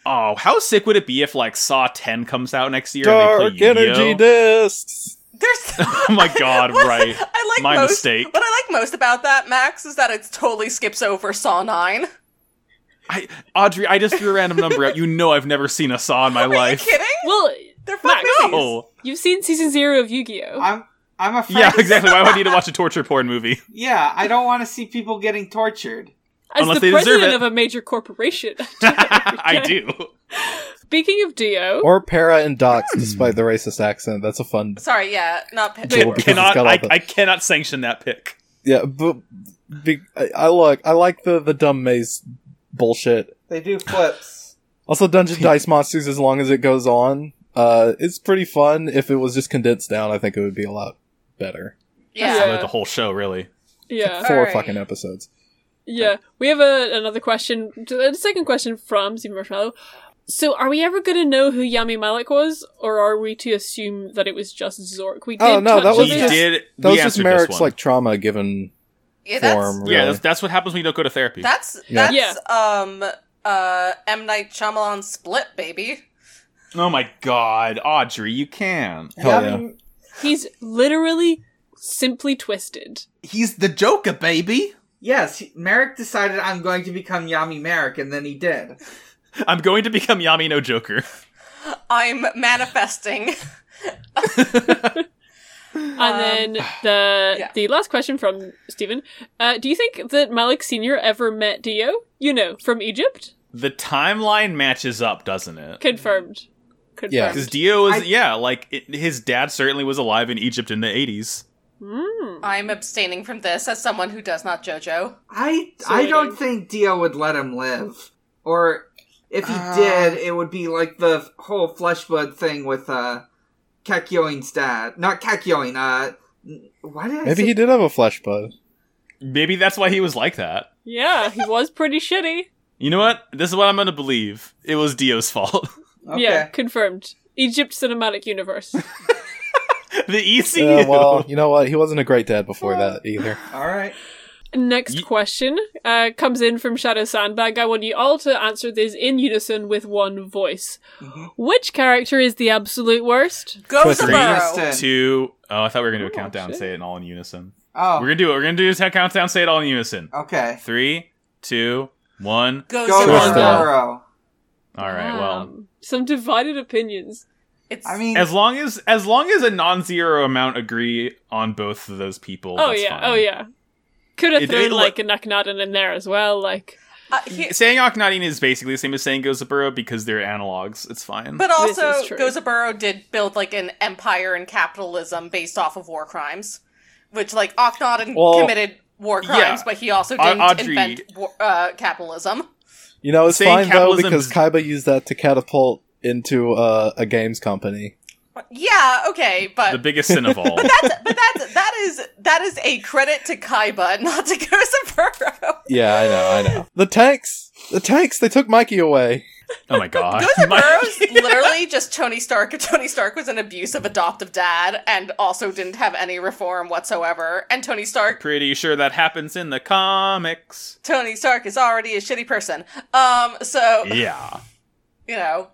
B: Oh, how sick would it be if like Saw Ten comes out next year and they
C: Dark
B: play Yu-Gi-Oh?
C: energy discs.
G: There's
B: Oh my god,
G: What-
B: right.
G: I like
B: My
G: most,
B: mistake.
G: What I like most about that, Max, is that it totally skips over Saw 9.
B: I, Audrey, I just threw a random number out. You know I've never seen a Saw in my
G: Are you
B: life.
G: kidding?
D: Well,
G: They're fun
D: Max,
G: movies.
B: Oh.
D: you've seen season zero of Yu-Gi-Oh.
F: I'm I'm afraid.
B: Yeah, exactly. Why would I need to watch a torture porn movie?
F: Yeah, I don't want to see people getting tortured.
D: As
B: Unless
D: the
B: they deserve
D: president
B: it.
D: of a major corporation.
B: I do.
D: Speaking of Dio,
C: Or Para and Docs, despite the racist accent. That's a fun.
G: Sorry, yeah, not p-
C: Wait,
B: Can-
C: Well, because it's
B: cannot,
C: got all
B: I,
C: the-
B: I cannot sanction that pick.
C: Yeah, but be, I, I like I like the the dumb maze bullshit.
F: They do flips.
C: Also, Dungeon Dice Monsters, as long as it goes on, uh, it's pretty fun. If it was just condensed down, I think it would be a lot better.
G: Yeah.
B: Like the whole show, really.
D: yeah,
C: Four
G: Alright.
C: fucking episodes.
D: yeah, we have a, another question, a second question from Stephen Marshmallow. So, are we ever going to know who Yami Malik was, or are we to assume that it was just Zork? We did.
C: Oh, no,
D: touch
C: that
D: on
C: was
B: We
D: this.
C: just-
B: did.
C: That
B: we
C: was just
B: answered
C: Merrick's
B: this one.
C: like trauma given
G: Yeah, that's,
C: form.
B: Yeah,
C: really.
B: that's, that's what happens when you don't go to therapy.
G: that's,
C: Yeah.
G: that's, um, uh, M. Night Shyamalan split, baby.
B: oh my god, Audrey, you can.
C: Hell yeah.
F: Yum-
D: He's literally simply twisted.
B: He's the Joker, baby.
F: Yes, he- Merrick decided I'm going to become Yami Merrick, and then he did.
B: I'm going to become Yami no Joker.
G: I'm manifesting.
D: And then the
G: yeah.
D: the last question from Stephen: uh, Do you think that Malik Senior ever met Dio? You know, from Egypt.
B: The timeline matches up, doesn't it?
D: Confirmed. Confirmed.
C: Yeah.
B: Because Dio is
F: I-
B: yeah, like it, his dad certainly was alive in Egypt in the 80s.
D: Mm.
G: I'm abstaining from this as someone who does not JoJo.
F: I
D: So
F: I
D: you
F: don't
D: don't-
F: think Dio would let him live, or if he
D: Uh.
F: did, it would be like the whole Fleshbud thing with uh, Kakyoin's dad. Not Kakyoin. Uh, n- why did I
C: Maybe
F: say-
C: he did have a flesh bud.
B: Maybe that's why he was like that.
D: Yeah, he was pretty shitty.
B: You know what? This is what I'm going to believe. It was Dio's fault.
F: Okay.
D: Yeah, confirmed. Egypt cinematic universe.
B: the E ECU.
C: Yeah, well, you know what? He wasn't a great dad before that either.
F: All right.
D: Next
B: Ye-
D: question uh, comes in from Shadow Sandbag. I want you all to answer these in unison with one voice.
B: Mm-hmm.
D: Which character is the absolute worst?
G: Go
C: Twister.
G: Zaburo.
F: Kristen.
B: Two. Oh, I thought we were going to do a
D: Oh,
B: countdown,
D: shit.
B: say it in all in unison.
F: Oh.
B: We're going to do it. We're going to do a countdown, say it all in
D: Oh.
B: unison.
F: Okay.
B: Three, two, one.
G: Go
F: Go
C: Kristen.
G: Zaburo.
F: Zoro.
B: All right, well.
D: Um, some divided opinions.
G: It's
F: I mean,
B: As long as as long as a non-zero amount agree on both of those people.
D: Oh
B: that's
D: yeah,
B: fine.
D: oh yeah. Could have
B: It-
D: thrown
B: it-
D: like a Nakanadan in there as well. Like,
G: uh, he-
B: Saying Akhenaten is basically the same as saying Gozaburo because they're analogs. It's fine.
G: but
D: This
G: also
D: is true.
G: Gozaburo did build like an empire and capitalism based off of war crimes, which like Akhenaten
C: Well,
G: committed war crimes,
B: yeah.
G: but he also
B: Au-
G: didn't
B: Audrey-
G: invent war- uh, capitalism.
C: You know, it's
B: Saying
C: fine though
B: capitalism
C: because
B: is-
C: Kaiba used that to catapult into uh, a games company.
G: Yeah, okay, but
D: uh,
B: the biggest sin of all.
G: that's, but that's that is that is a credit to Kaiba, not to Gozaburo.
C: Yeah, I know, I know. The tanks, the tanks. They took Mikey away.
B: oh my god.
G: Gozaburo's literally just Tony Stark. Tony Stark was an abusive adoptive dad, and also didn't have any reform whatsoever. And Tony Stark,
B: Pretty sure that happens in the comics.
G: Tony Stark is already a shitty person. Um,
D: Oh.
G: so
B: Yeah.
G: you know,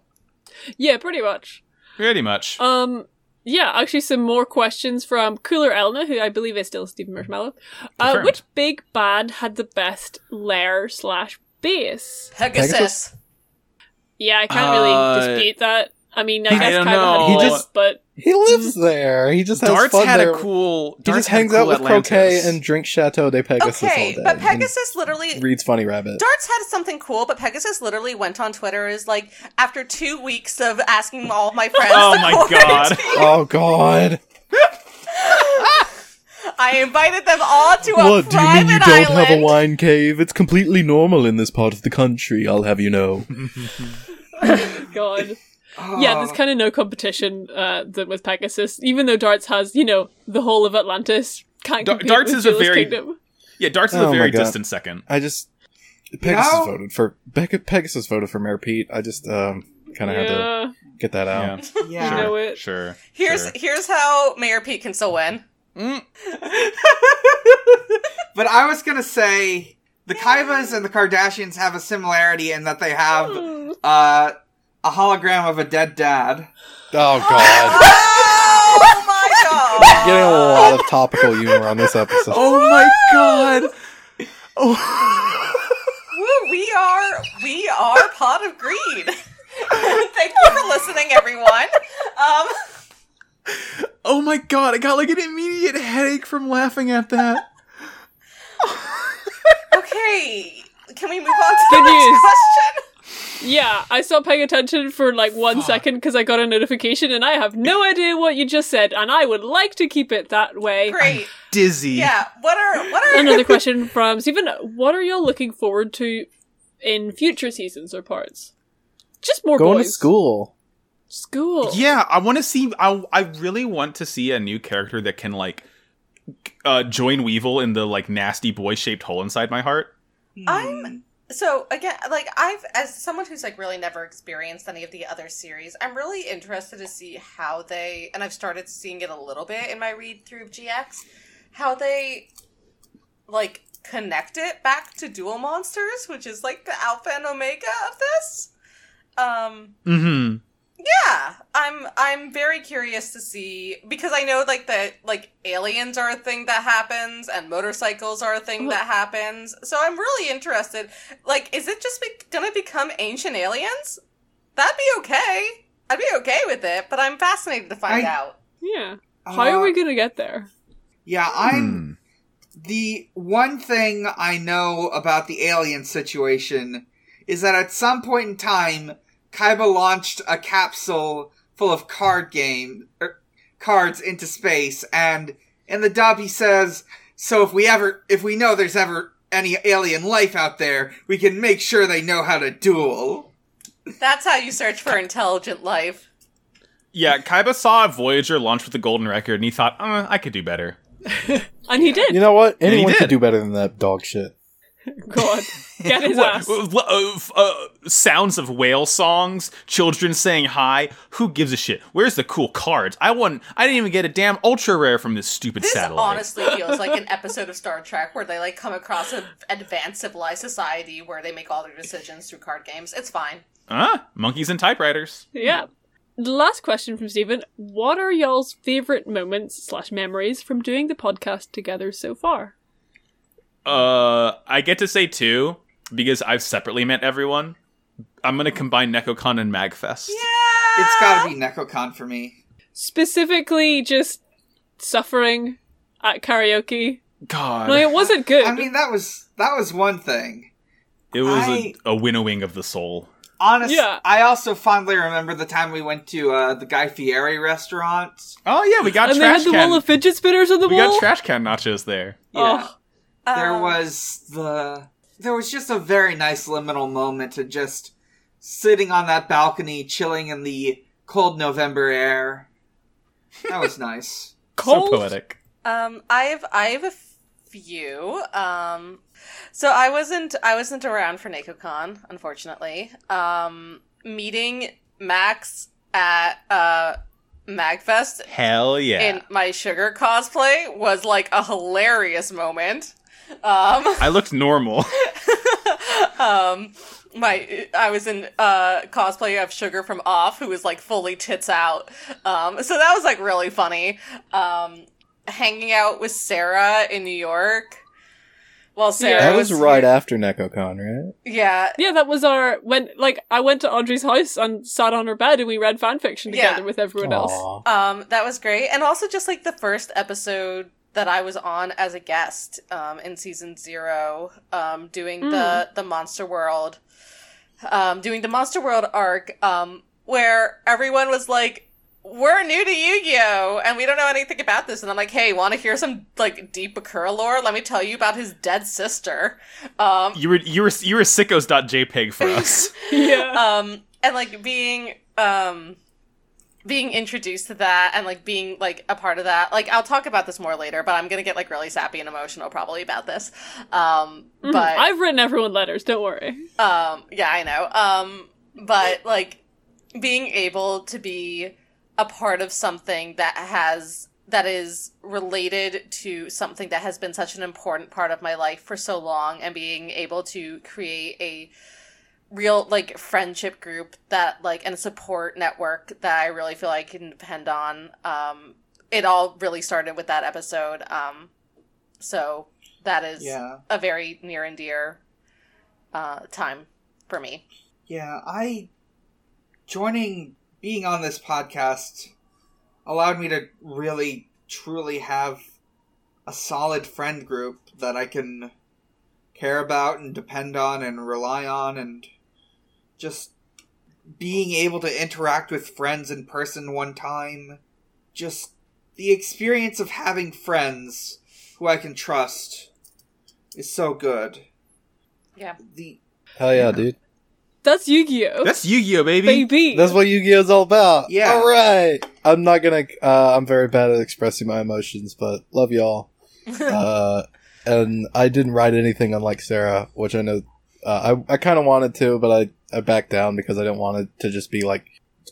D: yeah, pretty much.
B: Pretty much.
D: Um, yeah, actually, some more questions from Cooler Elna, who I believe is still Stephen Marshmallow. Uh,
B: Confirmed.
D: which big bad had the best lair slash base?
G: Pegasus.
C: Pegasus?
D: Yeah, I can't
B: Uh,
D: really dispute that. I mean, I
B: I
D: guess
B: don't
D: Kaiba had
B: know.
D: a
C: He
D: lot,
C: just-
D: but
C: He lives there. He just has
B: Mm-hmm. Darts
C: fun
B: had
C: there.
B: a cool.
C: he
B: Darts
C: just
B: had a
C: hangs
B: cool
C: out with
B: Atlantis.
C: croquet and drinks Chateau de Pegasus all
G: Okay,
C: day.
G: but
C: and
G: Pegasus literally
C: reads Funny Rabbit.
G: Darts had something cool, but Pegasus literally went on Twitter is like, after two weeks of asking all my friends,
B: Oh
G: to
B: my
G: quarantine,
B: god.
C: oh God!
G: I invited them all to a
C: What do you
G: private
C: mean you don't
G: island.
C: have a wine cave? It's completely normal in this part of the country. I'll have you know.
D: God. Yeah,
F: oh,
D: there's kind of no competition uh, that with Pegasus, even though Darts has, you know, the whole of Atlantis. Can't
B: Dar-
D: compete
B: Darts
D: with
B: is a
D: Duelist
B: very-
D: Kingdom.
B: Yeah, Darts is
C: Oh
B: a
C: my
B: very
C: God.
B: distant second.
C: I just Pegasus
F: know-
C: voted for Peg- Pegasus voted for Mayor Pete. I just um, kind of had to
D: Yeah,
C: get that out.
B: Yeah.
F: yeah.
D: you know it.
B: Sure.
G: Here's
B: sure.
G: here's how Mayor Pete can still win.
B: Mm.
F: But I was gonna say the Kaivas and the Kardashians have a similarity in that they have
D: Hmm.
F: uh, a hologram of a dead dad.
C: Oh God!
G: oh my god!
C: Getting a lot of topical humor on this episode.
B: Oh my god. Oh.
G: Woo, we are we are pot of greed. Thank you for listening, everyone. Um,
B: Oh my god, I got like an immediate headache from laughing at that.
G: okay, can we move on to the
D: Good
G: next
D: news.
G: question?
D: Yeah, I stopped paying attention for like one second 'cause because I got a notification and I have no idea what you just said, and I would like to keep it that way.
G: Great.
B: Dizzy.
G: Yeah. What are what are
D: Another question from Stephen What are y'all looking forward to in future seasons or parts? Just more
C: Going
D: boys.
C: to school.
D: School.
B: Yeah, I want to see. I I really want to see a new character that can like uh join Weevil in the like nasty boy shaped hole inside my heart.
G: I'm so again like I've as someone who's like really never experienced any of the other series, I'm really interested to see how they and I've started seeing it a little bit in my read through of GX, how they like connect it back to Dual Monsters, which is like the alpha and omega of this. Um
B: Mm-hmm.
G: Yeah, I'm I'm very curious to see because I know like that like aliens are a thing that happens and motorcycles are a thing that happens. So I'm really interested. Like, is it just be- gonna become ancient aliens? That'd be okay. I'd be okay with it, but I'm fascinated to find
F: I-
G: out.
D: Yeah. How are
F: Uh,
D: we going to get there?
F: Yeah, I'm
B: Hmm.
F: the one thing I know about the alien situation is that at some point in time, Kaiba launched a capsule full of card game er, cards into space, and in the dub he says, "So if we ever, if we know there's ever any alien life out there, we can make sure they know how to duel."
G: That's how you search for intelligent life.
B: Yeah, Kaiba saw a Voyager launch with the golden record, and he thought, uh, "I could do better."
D: And he did.
C: You know what?
B: he
C: Anyone could
B: did.
C: do better than that dog shit.
D: God. Get his
B: What,
D: ass.
B: uh, f- uh, sounds of whale songs, children saying hi. Who gives a shit? Where's the cool cards? I won. I didn't even get a damn ultra rare from this stupid
G: This
B: satellite.
G: honestly feels like an episode of Star Trek where they like come across an advanced civilized society where they make all their decisions through card games. It's fine.
B: Huh? monkeys and typewriters.
D: Yeah. The last question from Stephen What are y'all's favourite moments slash memories from doing the podcast together so far?
B: Uh, I get to say two because I've separately met everyone. I'm gonna combine NecoCon and Magfest.
F: It's gotta be Necocon for me.
D: Specifically, just suffering at karaoke.
B: God,
D: No, it wasn't good.
F: I mean, that was that was one thing.
B: it was
F: I-
B: a, a winnowing of the soul.
F: Honestly,
D: Yeah.
F: I also fondly remember the time we went to uh, the Guy Fieri restaurant.
B: Oh yeah, we got
D: and they
B: trash
D: had the
B: can.
D: wall of fidget spinners on the
B: we
D: wall.
B: got trash can nachos there.
F: Yeah. there
G: Um,
F: was the there was just a very nice liminal moment of just sitting on that balcony, chilling in the cold November air. That was nice.
D: Cold.
B: So poetic.
G: Um, I have I have a few. Um, so I wasn't I wasn't around for NacoCon, unfortunately. Um, meeting Max at uh Magfest
B: Hell yeah.
G: in my sugar cosplay was like a hilarious moment. Um,
B: I looked normal.
G: um my i was in uh cosplay of sugar from off who was like fully tits out um so that was like really funny um hanging out with sarah in new york well sarah
D: Yeah,
C: That
D: it
C: was right after NecoCon, right?
G: yeah
D: Yeah, that was our when like I went to Audrey's house and sat on her bed and we read fan fiction
G: Yeah.
D: together with everyone else.
C: Aw.
G: um that was great and also just like the first episode that i was on as a guest um in season zero um doing the the monster world um doing the monster world arc um where everyone was like we're new to Yu-Gi-Oh! and we don't know anything about this. And I'm like, hey, want to hear some like deep Bakura lore? Let me tell you about his dead sister. Um,
B: You were you were you were sickos.jpg for us.
D: Yeah.
G: um and like being um being introduced to that and like being like a part of that like i'll talk about this more later but i'm gonna get like really sappy and emotional probably about this um
D: Mhm.
G: but
D: I've written everyone letters, don't worry.
G: um yeah i know um but like being able to be a part of something that has that is related to something that has been such an important part of my life for so long and being able to create a real like friendship group that like and support network that i really feel i can depend on um it all really started with that episode um so that is
F: Yeah.
G: a very near and dear uh, time for me.
F: Yeah, I joining being on this podcast allowed me to really truly have a solid friend group that I can care about and depend on and rely on and just being able to interact with friends in person one time just the experience of having friends who I can trust is so good.
G: Yeah.
F: The
C: Hell yeah, dude.
D: That's Yu-Gi-Oh.
B: That's Yu-Gi-Oh, baby.
D: baby.
C: That's what Yu-Gi-Oh's all about.
F: Yeah.
C: All right. I'm not gonna. Uh, I'm very bad at expressing my emotions, but love y'all. uh, and I didn't write anything, unlike Sarah, which I know. Uh, I I kind of wanted to, but I I backed down because I didn't want it to just be like.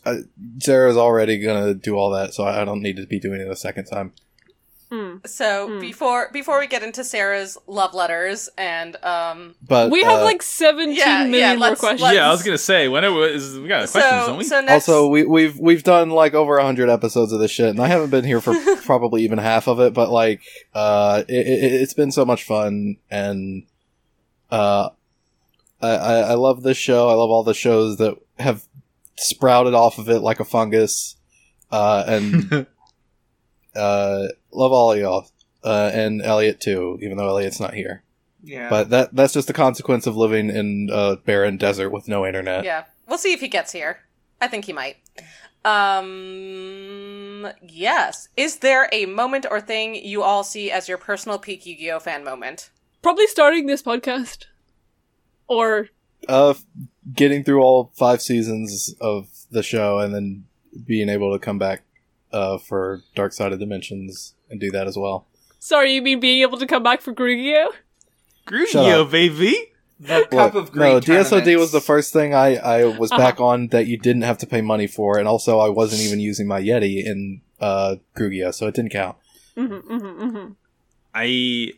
C: Uh, Sarah's already gonna do all that, so I I don't need to be doing it a second time.
D: Mm.
G: So
D: Hmm.
G: before before we get into Sarah's love letters and um
C: But
D: We have
C: uh,
D: like seventeen million
G: yeah, yeah,
D: more
G: let's-
D: questions.
G: let's-
B: yeah, I was gonna say when it was we got questions,
G: so
B: don't we?
G: so next
C: also we, we've we've done like over hundred episodes of this shit, and I haven't been here for probably even half of it. But like, uh, it, it, it's been so much fun, and uh, I, I I love this show. I love all the shows that have sprouted off of it like a fungus, uh, and uh, love all of y'all, uh, and Elliot too, even though Elliot's not here.
F: Yeah.
C: But that that's just the consequence of living in a barren desert with no internet.
G: yeah, we'll see if he gets here. I think he might. Um yes, is there a moment or thing you all see as your personal peak Yu-Gi-Oh fan moment?
D: Probably starting this podcast, or
C: uh getting through all five seasons of the show and then being able to come back uh for dark side of dimensions and do that as well
D: sorry, you mean being able to come back for Grugio?
B: Grugio, baby.
F: the cup
C: Look,
F: of green.
C: no dsod was the
F: tournaments.
C: first thing i i was
D: Uh-huh.
C: back on that you didn't have to pay money for and also i wasn't even using my yeti in uh Grugia, so it didn't count
G: Mm-hmm,
D: hmm hmm hmm
B: I,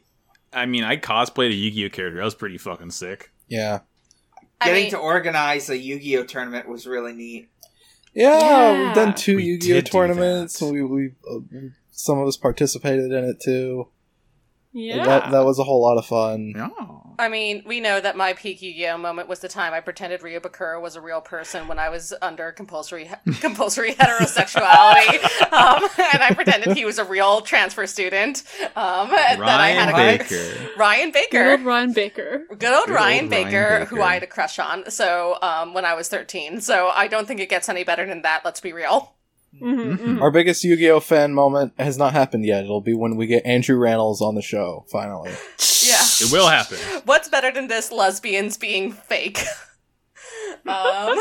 B: I mean, I cosplayed a Yu-Gi-Oh character. That was pretty fucking sick.
C: yeah
G: I
F: Getting
G: mean-
F: to organize a Yu-Gi-Oh tournament was really neat.
C: yeah,
D: Yeah.
C: we've done 2
B: We
C: yu-gi-oh
B: did do
C: tournaments
B: that.
C: we we uh, some of us participated in it too
D: Yeah.
C: that, that was a whole lot of fun
B: No.
G: I mean, we know that my peak Yu-Gi-Oh moment was the time I pretended Ryo Bakura was a real person when I was under compulsory compulsory heterosexuality, um, and I pretended he was a real transfer student. Um, and that I had a
B: Ryan Baker.
G: Ryan
D: Good
G: Baker.
D: old Ryan Baker.
G: Good old
B: Good old Ryan
G: Ryan Baker, who
B: Baker.
G: I had a crush on. So um, when I was thirteen, so I don't think it gets any better than that. Let's be real. Mm-hmm,
D: hmm hmm
C: Our biggest Yu-Gi-Oh fan moment has not happened yet. It'll be when we get Andrew Rannells on the show finally.
G: Yeah.
B: It will happen.
G: What's better than this? Lesbians being fake. um,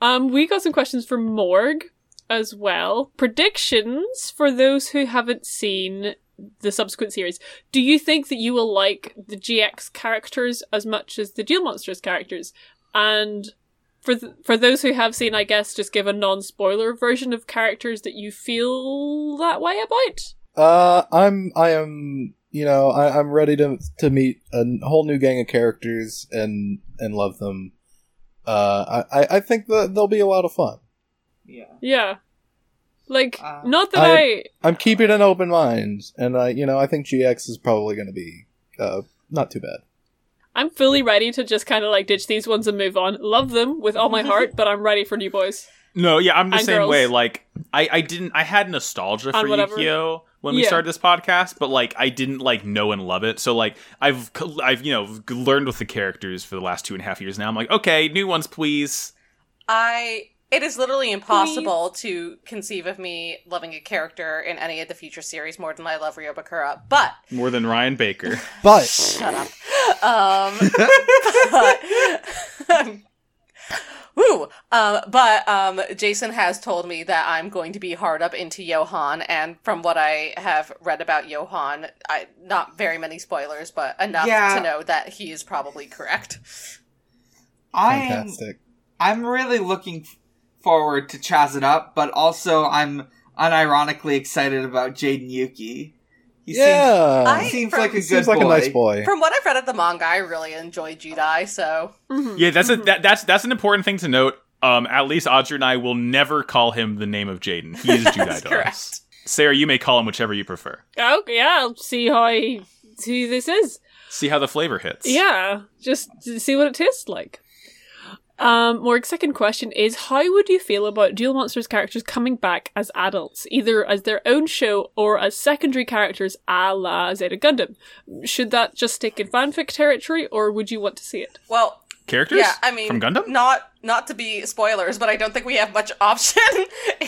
D: Um, we got some questions from Morg as well. Predictions for those who haven't seen the subsequent series. Do you think that you will like the GX characters as much as the Duel Monsters characters? And for th- for those who have seen, I guess just give a non spoiler version of characters that you feel that way about.
C: Uh, I'm, I am, you know, I, I'm ready to to meet a n- whole new gang of characters and and love them. Uh, I- I, I think that they'll be a lot of fun.
F: Yeah.
D: Yeah, like
F: Uh,
D: not that
C: I-
D: I
C: I'm keeping an open mind, and I, you know, I think GX is probably going to be uh not too bad.
D: I'm fully ready to just kind of like ditch these ones and move on. Love them with all my heart, but I'm ready for new boys.
B: No, yeah, I'm the
D: And
B: same
D: girls.
B: way. Like, I, I didn't, I had nostalgia
D: On
B: for
D: whatever-
B: Yu-Gi-Oh when we
D: Yeah.
B: started this podcast, but like, I didn't like know and love it. So like, I've, c- I've, you know, g- learned with the characters for the last two and a half years now. I'm like, okay, new ones, please.
G: I it is literally impossible to conceive of me loving a character in any of the future series more than I love Ryo Bakura. But
B: More than Ryan Baker.
C: But
G: shut up. Um but, Woo. Um, but um, Jason has told me that I'm going to be hard up into Johan, and from what I have read about Johan, I not very many spoilers, but enough
F: Yeah.
G: to know that he is probably correct.
F: I'm
C: fantastic.
F: I'm really looking f- forward to Chaz it up, but also I'm unironically excited about Jaden Yuki. He
C: yeah,
F: seems,
G: I-
F: seems like a good
C: seems like a nice boy.
G: From what I've read of the manga, I really enjoy Judai, so
B: yeah, that's a that, that's that's an important thing to note. Um, at least Audrey and I will never call him the name of Jaden. He is Judai
G: That's correct.
B: Dogs. Sarah, you may call him whichever you prefer.
D: Oh yeah, I'll see how I, see this is.
B: See how the flavor hits.
D: Yeah, just to see what it tastes like. Um, Morg's second question is: How would you feel about Duel Monsters characters coming back as adults, either as their own show or as secondary characters, a la Zeta Gundam? Should that just stick in fanfic territory, or would you want to see it?
G: well,
B: Characters?
G: Yeah, I mean,
B: From Gundam?
G: Not not to be spoilers, but I don't think we have much option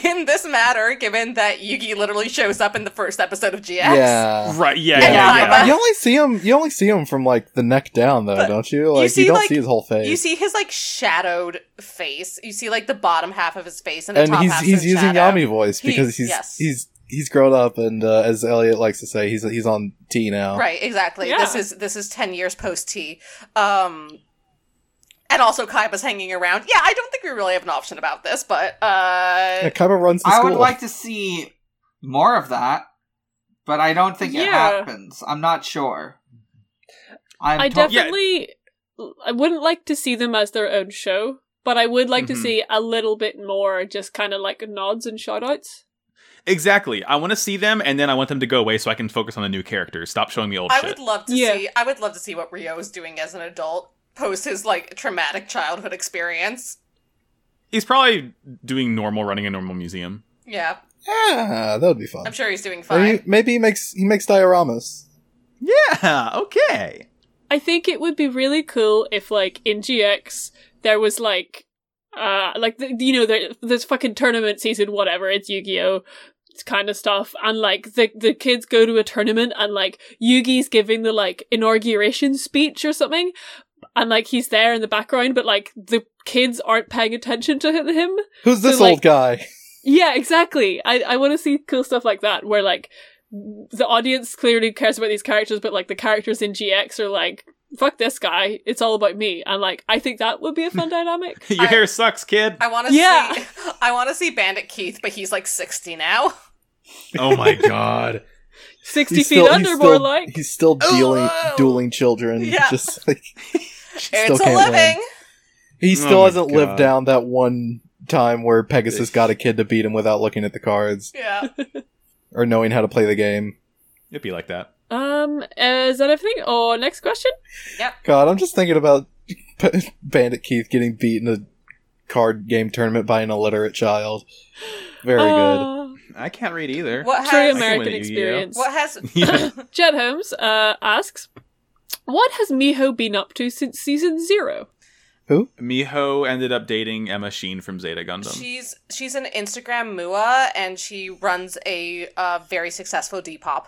G: in this matter, given that Yugi literally shows up in the first episode of GX.
C: Yeah.
B: Right, yeah,
G: Yeah.
B: yeah, yeah.
G: Yeah, but-
C: You only see him. You only see him from like the neck down, though,
G: But
C: don't you? Like you,
G: see,
C: don't
G: like,
C: see his whole face.
G: You see his like shadowed face. You see like the bottom half of his face and the
C: and
G: top
C: he's
G: half.
C: he's using
G: shadow.
C: Yami voice
G: He-
C: because he's
G: yes.
C: he's he's grown up, and uh, as Elliot likes to say, he's he's on T now.
G: Right, exactly.
D: Yeah.
G: This is this is ten years post T. Um and also Kaiba's hanging around. Yeah, I don't think we really have an option about this, but uh
C: Yeah, Kaiba runs to
F: I
C: school.
F: would like to see more of that. but I don't think it
D: Yeah.
F: happens. I'm not sure. I'm
D: I
F: po-
D: definitely I wouldn't like to see them as their own show, but I would like
B: Mhm.
D: to see a little bit more just kind of like nods and shout outs.
B: Exactly. I want to see them, and then I want them to go away so I can focus on the new characters. Stop showing me old
G: I
B: shit.
G: would love to
D: Yeah.
G: see. I would love to see what Rio is doing as an adult post his like traumatic childhood experience.
B: He's probably doing normal, running a normal museum.
G: Yeah,
C: Yeah, that would be fun.
G: I'm sure he's doing
C: Or
G: fine.
C: he- maybe he makes he makes dioramas.
B: Yeah. Okay.
D: I think it would be really cool if like in GX there was like uh like the, you know there, there's fucking tournament season whatever it's Yu-Gi-Oh kind of stuff and like the the kids go to a tournament and like Yugi's giving the like inauguration speech or something and like he's there in the background but like the kids aren't paying attention to hi- him
C: Who's this
D: like-
C: old guy?
D: yeah, exactly. I, I want to see cool stuff like that where like the audience clearly cares about these characters, but like the characters in GX are like, fuck this guy, it's all about me. And like, I think that would be a fun dynamic.
B: Your
G: I-
B: hair sucks, kid.
G: I want to
D: Yeah.
G: see. I want to see Bandit Keith, but he's like 60 now.
B: oh my god.
D: Sixty
C: He's
D: feet
C: still-
D: under,
C: he's
D: more
C: still-
D: like.
C: he's still dealing
G: Oh.
C: dueling children.
G: Yeah.
C: Just like still
G: It's a
C: can't win.
G: living.
C: he
B: Oh
C: still
B: my
C: hasn't lived
B: God.
C: down that one time where Pegasus got a kid to beat him without looking at the cards
G: Yeah.
C: or knowing how to play the game.
B: It'd be like that.
D: Um, is that everything? Or next question?
C: God, I'm just thinking about Bandit Keith getting beat in a card game tournament by an illiterate child. Very
D: Uh,
C: good.
B: I can't read either.
G: What
D: True
G: has?
B: Ameri-
D: American
B: win at Yu-Gi-Oh.
D: experience.
G: Uh, What has?
B: Yeah.
D: Jed Holmes uh, asks, what has Miho been up to since season zero?
B: Miho ended up dating Emma Sheen from Zeta Gundam.
G: She's she's an Instagram mua and she runs a uh, very successful Depop.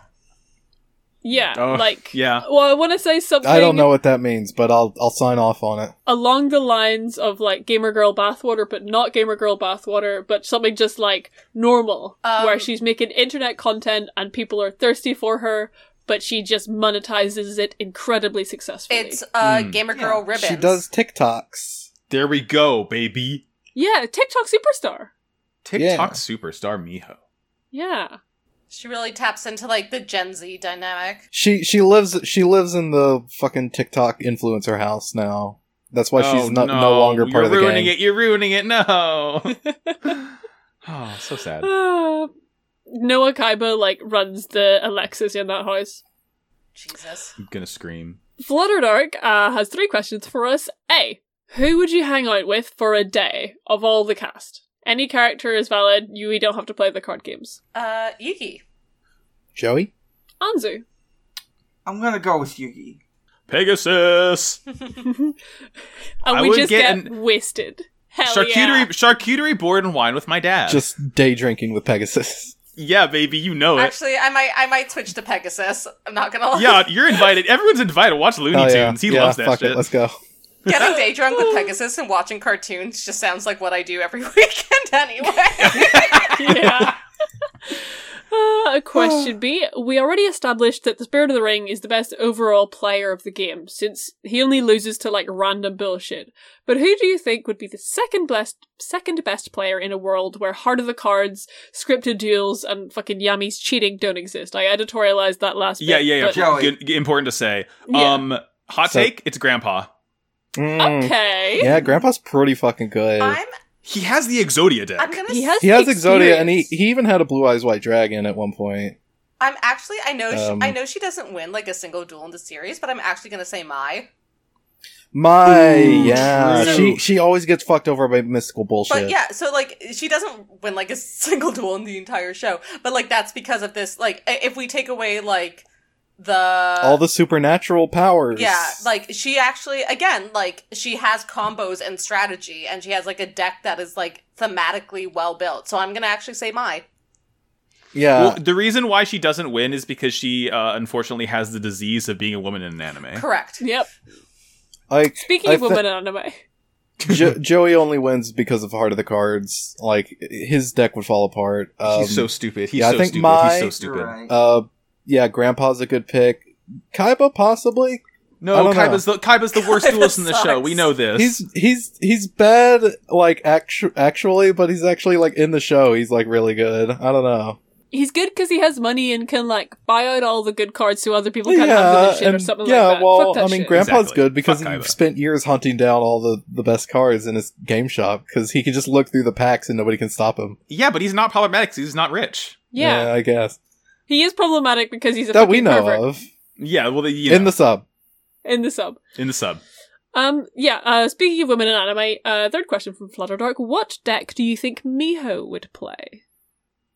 D: Yeah,
B: Oh,
D: like
B: yeah.
D: Well, I want to say something.
C: I don't know what that means, but I'll I'll sign off on it.
D: along the lines of like gamer girl bathwater but not gamer girl bathwater but something just like normal
G: Um,
D: where she's making internet content and people are thirsty for her but she just monetizes it incredibly successfully
G: It's uh,
B: Mm.
G: gamer
F: Yeah.
G: girl ribbons.
C: Hmm. She does TikToks.
B: there we go, baby.
D: yeah tiktok superstar
B: TikTok superstar Miho.
D: yeah
G: She really taps into like the Gen Z dynamic.
C: She she lives she lives in the fucking TikTok influencer house now. That's why she's not no, longer part of the
B: Oh, You're ruining
C: gang.
B: it. You're ruining it. No. oh, so sad.
D: Ah. noah kaiba like runs the alexis in that house
G: Jesus.
B: I'm gonna scream.
D: Flutter Dark uh, has three questions for us. A. Who would you hang out with for a day of all the cast? Any character is valid. You we don't have to play the card games.
G: Uh, Yuki.
C: Joey?
D: Anzu.
F: I'm gonna go with Yugi.
B: Pegasus.
D: And
B: I
D: we
B: would
D: just
B: get
D: get,
B: an-
D: wasted. Hell
B: charcuterie
D: yeah.
B: charcuterie board and wine with my dad.
C: Just day drinking with Pegasus.
B: yeah, baby, you know it.
G: Actually, I might I might switch to Pegasus. I'm not gonna lie.
B: yeah, you're invited. Everyone's invited. Watch Looney
C: Hell
B: Tunes.
C: yeah.
B: He
C: Yeah,
B: loves that
C: fuck
B: shit.
C: It, let's go.
G: Getting day drunk with Pegasus and watching cartoons just sounds like what I do every weekend anyway.
D: yeah. Uh, question B. We already established that the Spirit of the Ring is the best overall player of the game, since he only loses to like random bullshit. But who do you think would be the second best, second best player in a world where Heart of the Cards, scripted duels, and fucking Yami's cheating don't exist? I editorialized that last.
B: Yeah,
D: bit,
B: yeah, yeah.
D: but-
F: Joey.
B: Good- good- important to say.
D: Yeah.
B: Um, hot
C: So-
B: take. It's Grandpa. Um,
C: Mm.
D: Okay.
C: Yeah, Grandpa's pretty fucking good.
G: I'm
B: He has the Exodia deck.
G: I'm gonna
D: He
G: s-
D: has.
C: He has Exodia, and he,
D: experience.
C: he even had a blue eyes white dragon at one point.
G: I'm actually I know
C: Um,
G: she, I know she doesn't win like a single duel in the series, but I'm actually gonna say my.
C: My
B: Ooh,
C: yeah,
B: true.
C: she she always gets fucked over by mystical bullshit.
G: But yeah, so like she doesn't win like a single duel in the entire show, but like that's because of this. Like i- if we take away like the
C: all the supernatural powers.
G: uh, yeah, like she actually again like she has combos and strategy, and she has like a deck that is like thematically well built. So I'm gonna actually say my.
C: yeah,
B: well, the reason why she doesn't win is because she uh, unfortunately has the disease of being a woman in an anime.
G: Correct.
D: Yep.
C: like
D: Speaking
C: I
D: of
C: thi-
D: women in anime.
C: jo- Joey only wins because of Heart of the Cards. Like his deck would fall apart. Um,
B: He's so stupid. He's
C: yeah, I
B: so
C: think
B: stupid.
C: my-
B: He's so
F: You're
B: stupid.
F: right.
C: uh, yeah, Grandpa's a good pick. Kaiba possibly. I
B: No,
C: don't know.
B: Kaiba's the, Kaiba's the worst
G: Kaiba
B: duelist in the show.
G: sucks.
B: We know this.
C: He's he's he's bad like actu- actually, but he's actually like in the show. He's like really good. I don't know.
D: he's good because he has money and can like buy out all the good cards so other people can have them and shit or
C: and-
D: something
C: yeah,
D: like that.
C: well,
D: Fuck that
C: I mean,
D: shit.
C: Grandpa's
B: Exactly.
C: good because
B: Fuck
C: he
B: Kaiba.
C: spent years hunting down all the, the best cards in his game shop because he can just look through the packs and nobody can stop him.
B: Yeah, but he's not problematic 'cause he's not rich.
D: yeah.
C: I guess
D: he is problematic because he's a
C: that we
D: fucking
C: know
D: pervert
C: of
B: Yeah, well, the, you
C: in
B: know,
C: the sub.
D: in the sub.
B: in the sub.
D: Um, yeah. Uh, speaking of women in anime, uh, third question from Flutterdark: What deck do you think Miho would play?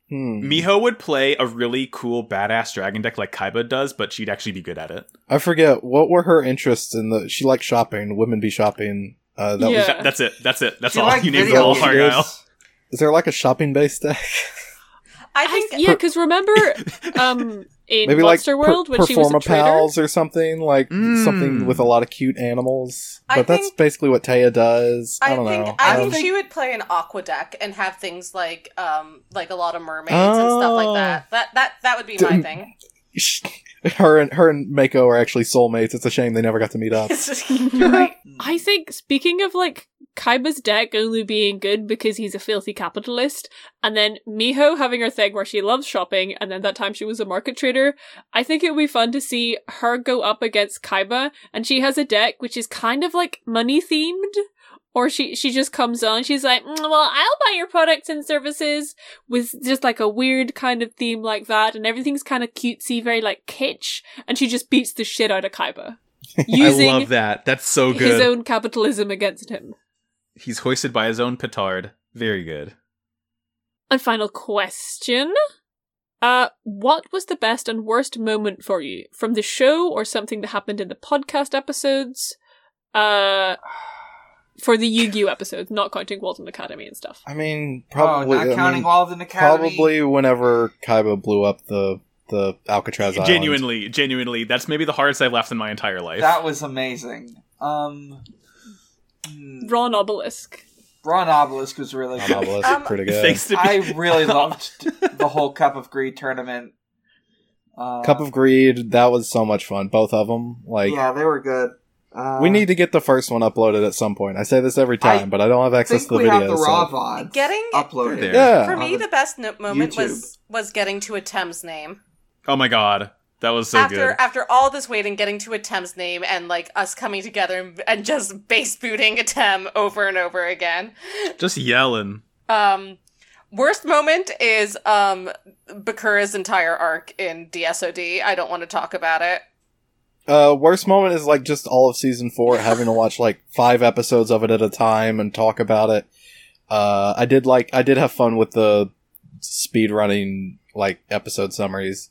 C: Hmm.
B: Miho would play a really cool, badass dragon deck like Kaiba does, but she'd actually be good at it.
C: I forget what were her interests in the. She liked shopping. Women be shopping. Uh, that was,
D: Yeah.
B: That- that's it. That's it. That's
F: She
B: all.
F: liked
B: you named them
F: video Oh,
B: all,
C: videos.
B: Argyle.
C: is there like a shopping based deck?
G: I think
D: I- yeah, because remember, um, in
C: Maybe like
D: Monster
C: per-
D: World when she was a
C: Performa
D: trader.
C: Pals or something like
B: Mm.
C: something with a lot of cute animals.
G: I
C: But that's
G: think-
C: basically what Taya does. I,
G: I,
C: don't
G: think
C: know.
G: I
C: Um,
G: think she would play an aqua deck and have things like um like a lot of mermaids and stuff
C: Oh.
G: like that. That that that would be my
C: Didn't-
G: thing.
C: her and her and Mako are actually soulmates. It's a shame they never got to meet up.
G: right.
D: I think speaking of like Kaiba's deck only being good because he's a filthy capitalist, and then Miho having her thing where she loves shopping, and then that time she was a market trader. I think it would be fun to see her go up against Kaiba, and she has a deck which is kind of like money themed. Or she she just comes on. She's like, "Mm, well, I'll buy your products and services with just like a weird kind of theme like that, and everything's kind of cutesy, very like kitsch. And she just beats the shit out of Kaiba using
B: I love that. That's so good.
D: his own capitalism against him.
B: He's hoisted by his own petard. Very good.
D: And final question. Uh, what was the best and worst moment for you from the show or something that happened in the podcast episodes? Uh, for the Yu Gi Oh episodes, not counting Walton Academy and stuff.
C: I mean, probably
F: Probably, oh,
C: I
F: not counting
C: mean,
F: all of the Academy.
C: probably whenever Kaiba blew up the the Alcatraz island.
B: genuinely, genuinely, that's maybe the hardest I've laughed in my entire life.
F: That was amazing. Um, hmm,
D: Ron Obelisk.
F: Ron Obelisk was really
C: Oh,
F: good.
C: no, well, that's
G: Um,
C: pretty good.
B: Thanks to
F: I really loved the whole Cup of Greed tournament. Uh,
C: Cup of Greed, that was so much fun. Both of them, like
F: yeah, they were good. Uh,
C: we need to get the first one uploaded at some point. I say this every time,
F: I
C: but I don't have
F: I think
C: access to the
F: we
C: videos.
F: have the
C: so-
F: raw VODs
G: Getting-
F: uploaded.
B: They're there.
C: Yeah,
G: For me,
F: On the
G: the best no- moment
F: YouTube.
G: was was getting to a Thames name
B: Oh my god. That was so
G: after
B: good.
G: after all this waiting, getting to a Thames name and like us coming together and, and just base booting a Tem over and over again.
B: Just yelling.
G: Um, worst moment is um Bakura's entire arc in DSOD. I don't want to talk about it.
C: Uh, worst moment is like just all of season four, having to watch like five episodes of it at a time and talk about it. Uh, I did like I did have fun with the speed running like episode summaries,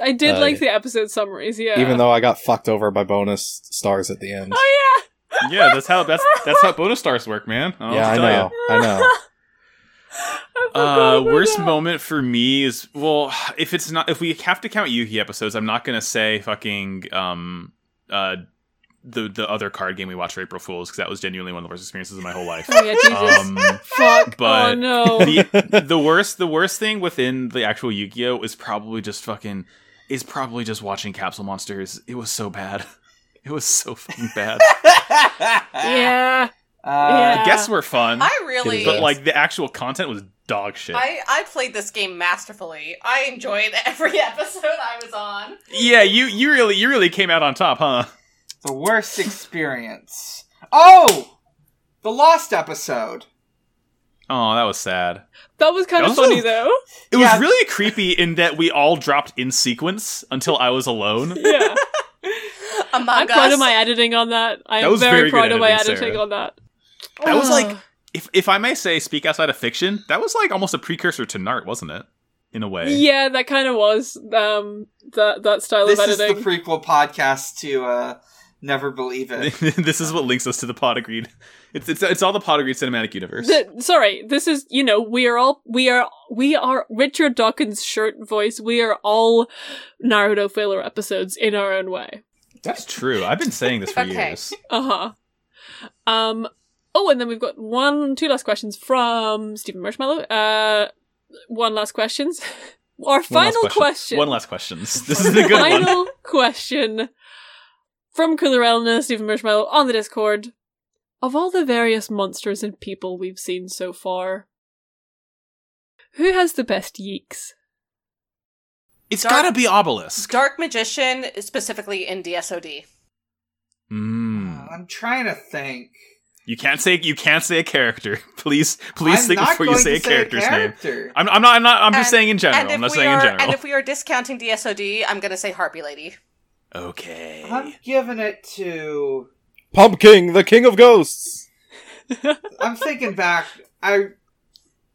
D: I did
C: Uh,
D: like the episode summaries, yeah.
C: even though I got fucked over by bonus stars at the end.
D: Oh, yeah!
B: Yeah, that's how that's that's how bonus stars work, man. I'll
C: yeah, I
B: tell ya.
C: know, I know.
D: I forgot
B: Uh,
D: about
B: worst
D: that.
B: moment for me is well, if it's not if we have to count Yugi episodes, I'm not gonna say fucking um uh the the other card game we watched for April Fools because that was genuinely one of the worst experiences of my whole life.
D: Oh, yeah, Jesus.
B: um,
D: Fuck.
B: but
D: oh, no.
B: the the worst the worst thing within the actual Yu Gi Oh is probably just fucking is probably just watching Capsule Monsters. It was so bad. It was so fucking bad.
D: yeah.
F: Uh,
B: The guests were fun,
G: I really
B: but like the actual content was dog shit.
G: I, I played this game masterfully. I enjoyed every episode I was on.
B: Yeah, you you really you really came out on top, huh?
F: The worst experience. Oh, the lost episode.
B: Oh, that was sad.
D: That was kind of
B: Also-
D: funny, though.
B: It
F: Yeah.
B: was really creepy in that we all dropped in sequence until I was alone.
D: Yeah.
G: Among
D: I'm proud
G: Us.
D: of my editing on that. I'm
B: was
D: very,
B: very good
D: proud of my
B: editing,
D: editing
B: Sarah.
D: on that.
B: That was like,
D: Ugh.
B: if if I may say, speak outside of fiction. That was like almost a precursor to Nart, wasn't it? In a way.
D: yeah, that kind of was um that that style
F: This
D: of
F: is the
D: editing.
F: prequel podcast to uh, Never Believe It.
B: this is what links us to the Pod Agreed. It's it's it's all the Pod Agreed cinematic universe.
D: The- sorry, this is you know we are all we are we are Richard Dawkins' shirt voice. We are all Naruto filler episodes in our own way.
B: That's true. I've been saying this for
G: Okay.
B: years.
D: Uh huh. Um. Oh, and then we've got one, two last questions from Stephen Marshmallow. Uh, one last questions.
B: One
D: Our
B: last
D: final
B: question.
D: question.
B: One last question. This is a good one.
D: Final question from Cooler Elna, Stephen Marshmallow on the Discord. Of all the various monsters and people we've seen so far, who has the best yeeks?
B: It's
G: Dark-
B: gotta be Obelisk.
G: Dark Magician, specifically in DSOD.
C: Hmm.
B: Mm.
F: Uh, I'm trying to think.
B: You can't say you can't say a character. Please, please
F: I'm
B: think
F: not
B: before you
F: going
B: say
F: to
B: a character's name.
F: character.
B: I'm, I'm not. I'm not. I'm just
G: And-
B: saying in general.
G: and
B: I'm
G: if
B: not
G: we
B: saying
G: are,
B: in general.
G: And if we are discounting DSOD, I'm going to say Harpy Lady.
B: okay.
F: I'm giving it to.
C: Pumpkin, the king of ghosts.
F: I'm thinking back. I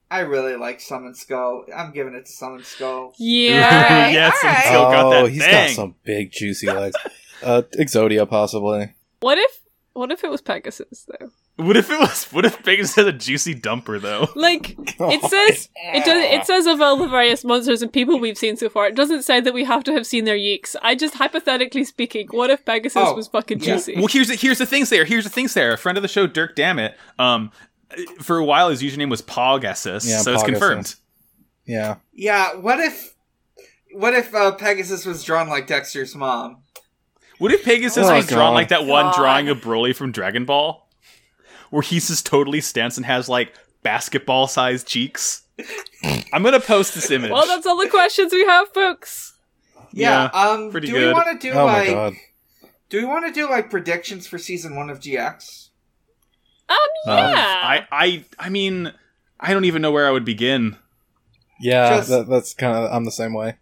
F: I really like Summon Skull. I'm giving it to Summon Skull.
D: Yeah.
G: Alright,
B: yes, and
G: alright.
B: still got that
C: oh, he's
B: thing.
C: got some big juicy legs. uh, Exodia, possibly.
D: what if what if it was Pegasus though?
B: What if it was? What if Pegasus had a juicy dumper though?
D: Like it says it does it says of all the various monsters and people we've seen so far, it doesn't say that we have to have seen their yeeks. I just hypothetically speaking, what if Pegasus
F: Oh,
D: was fucking
F: yeah.
D: juicy?
B: Well, here's the, here's the thing, Sarah. Here's the thing, Sarah. A friend of the show, Dirk Dammit. Um, for a while his username was Pogassus,
C: Yeah,
B: so it's
C: Pogassus.
B: confirmed.
C: Yeah.
F: Yeah. What if What if uh, Pegasus was drawn like Dexter's mom?
B: What if Pegasus
C: Oh,
B: was drawn
C: God.
B: like that one
G: God.
B: drawing of Broly from Dragon Ball, where he just totally stunts and has like basketball sized cheeks? I'm gonna post this image.
D: well, that's all the questions we have, folks.
F: Yeah. um.
B: pretty
F: do we
B: good.
F: want to do
C: oh
F: like?
C: my god.
F: Do we want to do like predictions for season one of GX?
D: Um,
C: Um,
D: yeah.
B: I I I mean, I don't even know where I would begin.
C: Yeah,
F: Just-
C: that, that's kind of. I'm the same way.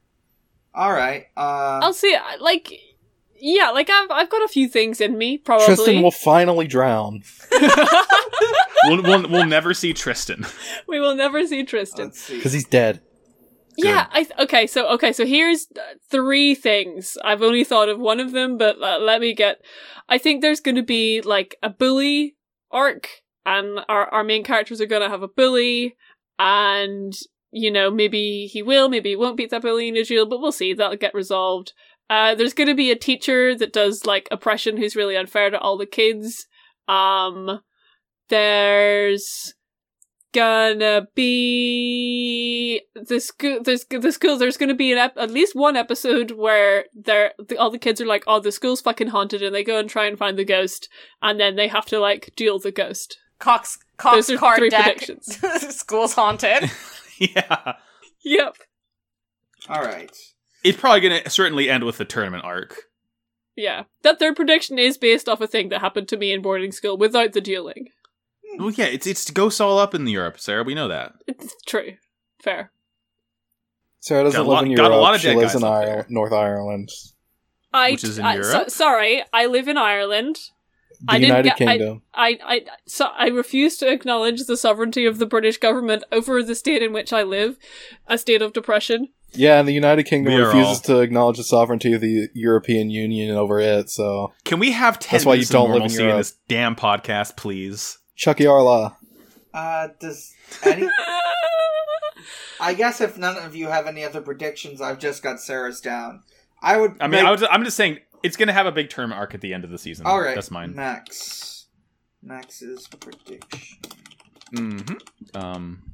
F: All right. Uh,
D: I'll say I- like yeah, like I've I've got a few things in me probably.
C: Tristan will finally drown.
B: We'll we'll, we'll never see Tristan.
D: we will never see Tristan.
F: let's see.
C: Because he's dead.
D: Yeah, I th- okay. So okay, so here's uh, three things. I've only thought of one of them, but uh, let me get. I think there's going to be like a bully arc, and our our main characters are going to have a bully, and you know maybe he will, maybe he won't beat that bully in a duel, but we'll see. That'll get resolved. Uh, there's going to be a teacher that does like oppression who's really unfair to all the kids. Um, there's gonna be the school there's the school there's gonna be an ep- at least one episode where they're the, all the kids are like oh the school's fucking haunted and they go and try and find the ghost and then they have to like deal the ghost
G: Cox, Cox
D: Those are
G: card
D: three
G: deck.
D: predictions.
G: School's haunted.
B: yeah,
D: yep
F: All right.
B: it's probably gonna certainly end with the tournament arc.
D: yeah that third prediction is based off a thing that happened to me in boarding school without the dueling
B: Well, yeah, it's it's ghosts all up in Europe, Sarah. We know that.
D: it's true fair
C: Sarah doesn't
B: Got a
C: live
B: lot-
C: in
B: got a
C: Europe.
B: lot of
C: she
B: dead
C: lives
B: guys
C: in
B: up
C: Ireland,
B: there.
C: North Ireland,
D: I
B: Which is in
D: I- so-
B: Europe?
D: sorry I live in Ireland
C: the
D: I didn't
C: United
D: get- I-
C: Kingdom.
D: I, I, so I refuse to acknowledge the sovereignty of the British government over the state in which I live, a state of depression.
C: yeah, and the United Kingdom
B: We are
C: refuses
B: all-
C: to acknowledge the sovereignty of the European Union over it. So,
B: Can we have ten
C: That's why you
B: minutes
C: don't
B: of
C: live in
B: normalcy in
C: Europe.
B: this damn podcast, please?
C: Chucky Arla.
F: Uh, does any? I guess if none of you have any other predictions, I've just got Sarah's down. I would.
B: I mean, I was, I'm just saying it's gonna have a big term arc at the end of the season.
F: all right.
B: that's mine.
F: Max. Max's prediction.
B: Mm-hmm. Um,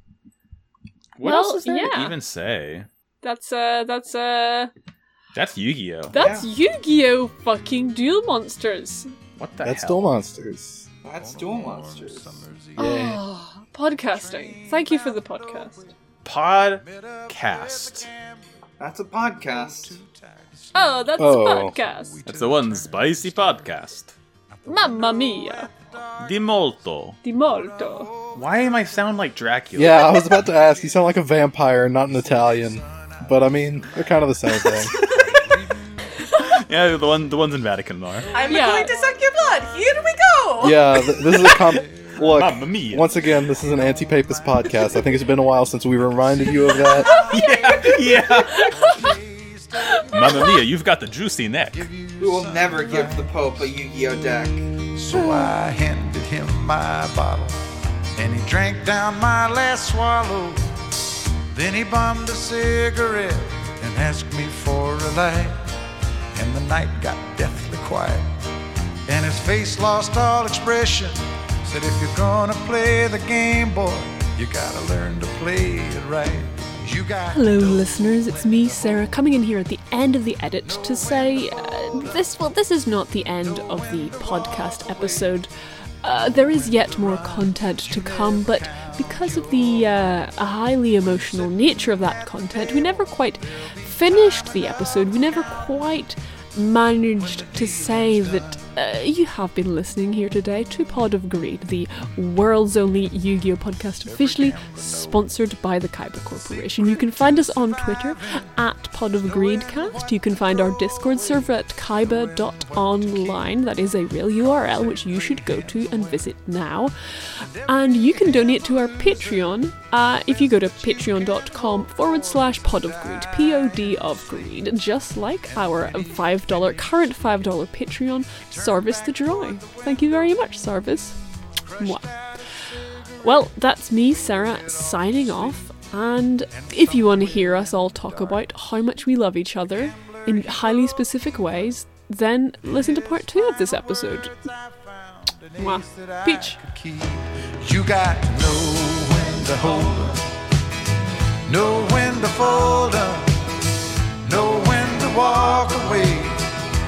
B: what
D: Well,
B: else is there to
D: yeah.
B: even say?
D: That's uh, that's uh,
B: That's Yu-Gi-Oh.
D: that's Yu-Gi-Oh! Fucking duel monsters.
B: what the
C: That's
B: hell?
C: Duel Monsters.
F: That's Duel Monsters.
D: Oh, podcasting. Thank you for the podcast.
B: Podcast.
F: That's a podcast.
D: Oh, that's
C: Oh.
D: podcast.
B: That's the one spicy podcast.
D: Mamma mia,
B: Di molto.
D: di molto.
B: Why am I sound like Dracula?
C: Yeah, I was about to ask. You sound like a vampire, not an Italian. But I mean, they're kind of the same thing.
B: yeah, the one the ones in Vatican are.
G: I'm
D: Yeah.
G: going to suck your blood. Here we go.
C: yeah, th- this is a com- look.
B: Mamma mia.
C: Once again, this is an anti-papist podcast. I think it's been a while since we reminded you of that.
B: yeah, yeah. Mamma mia, you've got the juicy neck.
F: We will never give the Pope a Yu-Gi-Oh deck.
A: So I handed him my bottle, and he drank down my last swallow. Then he bummed a cigarette and asked me for a light. And the night got deathly quiet, and his face lost all expression. Said, if you're gonna play the game, boy, you gotta learn to play it right. You got
E: Hello,
A: to
E: listeners. It's me, Sarah, coming in here at the end of the edit to say uh, this. Well, this is not the end of the podcast episode. Uh, there is yet more content to come, but because of the uh, highly emotional nature of that content, we never quite
D: finished the episode, we never quite managed to say that uh, you have been listening here today to Pod of Greed, the world's only Yu Gi Oh podcast officially sponsored by the Kyber Corporation. You can find us on Twitter at Pod of Greedcast. You can find our Discord server at kyber.online. That is a real URL which you should go to and visit now. And you can donate to our Patreon uh, if you go to patreon.com forward slash pod of greed, P O D of greed, just like our $5, current $5 Patreon, Sarvis the Dry. Thank you very much, Sarvis. Mwah. Well, that's me, Sarah, signing off. And if you want to hear us all talk about how much we love each other in highly specific ways, then listen to part two of this episode. Mwah. Peach.
A: keep. You got to know when to hold 'em, know when to fold 'em, know when to walk away,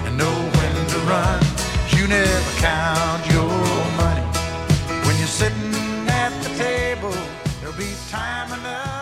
A: and know when to run. You never count your money when you're sitting at the table. There'll be time enough.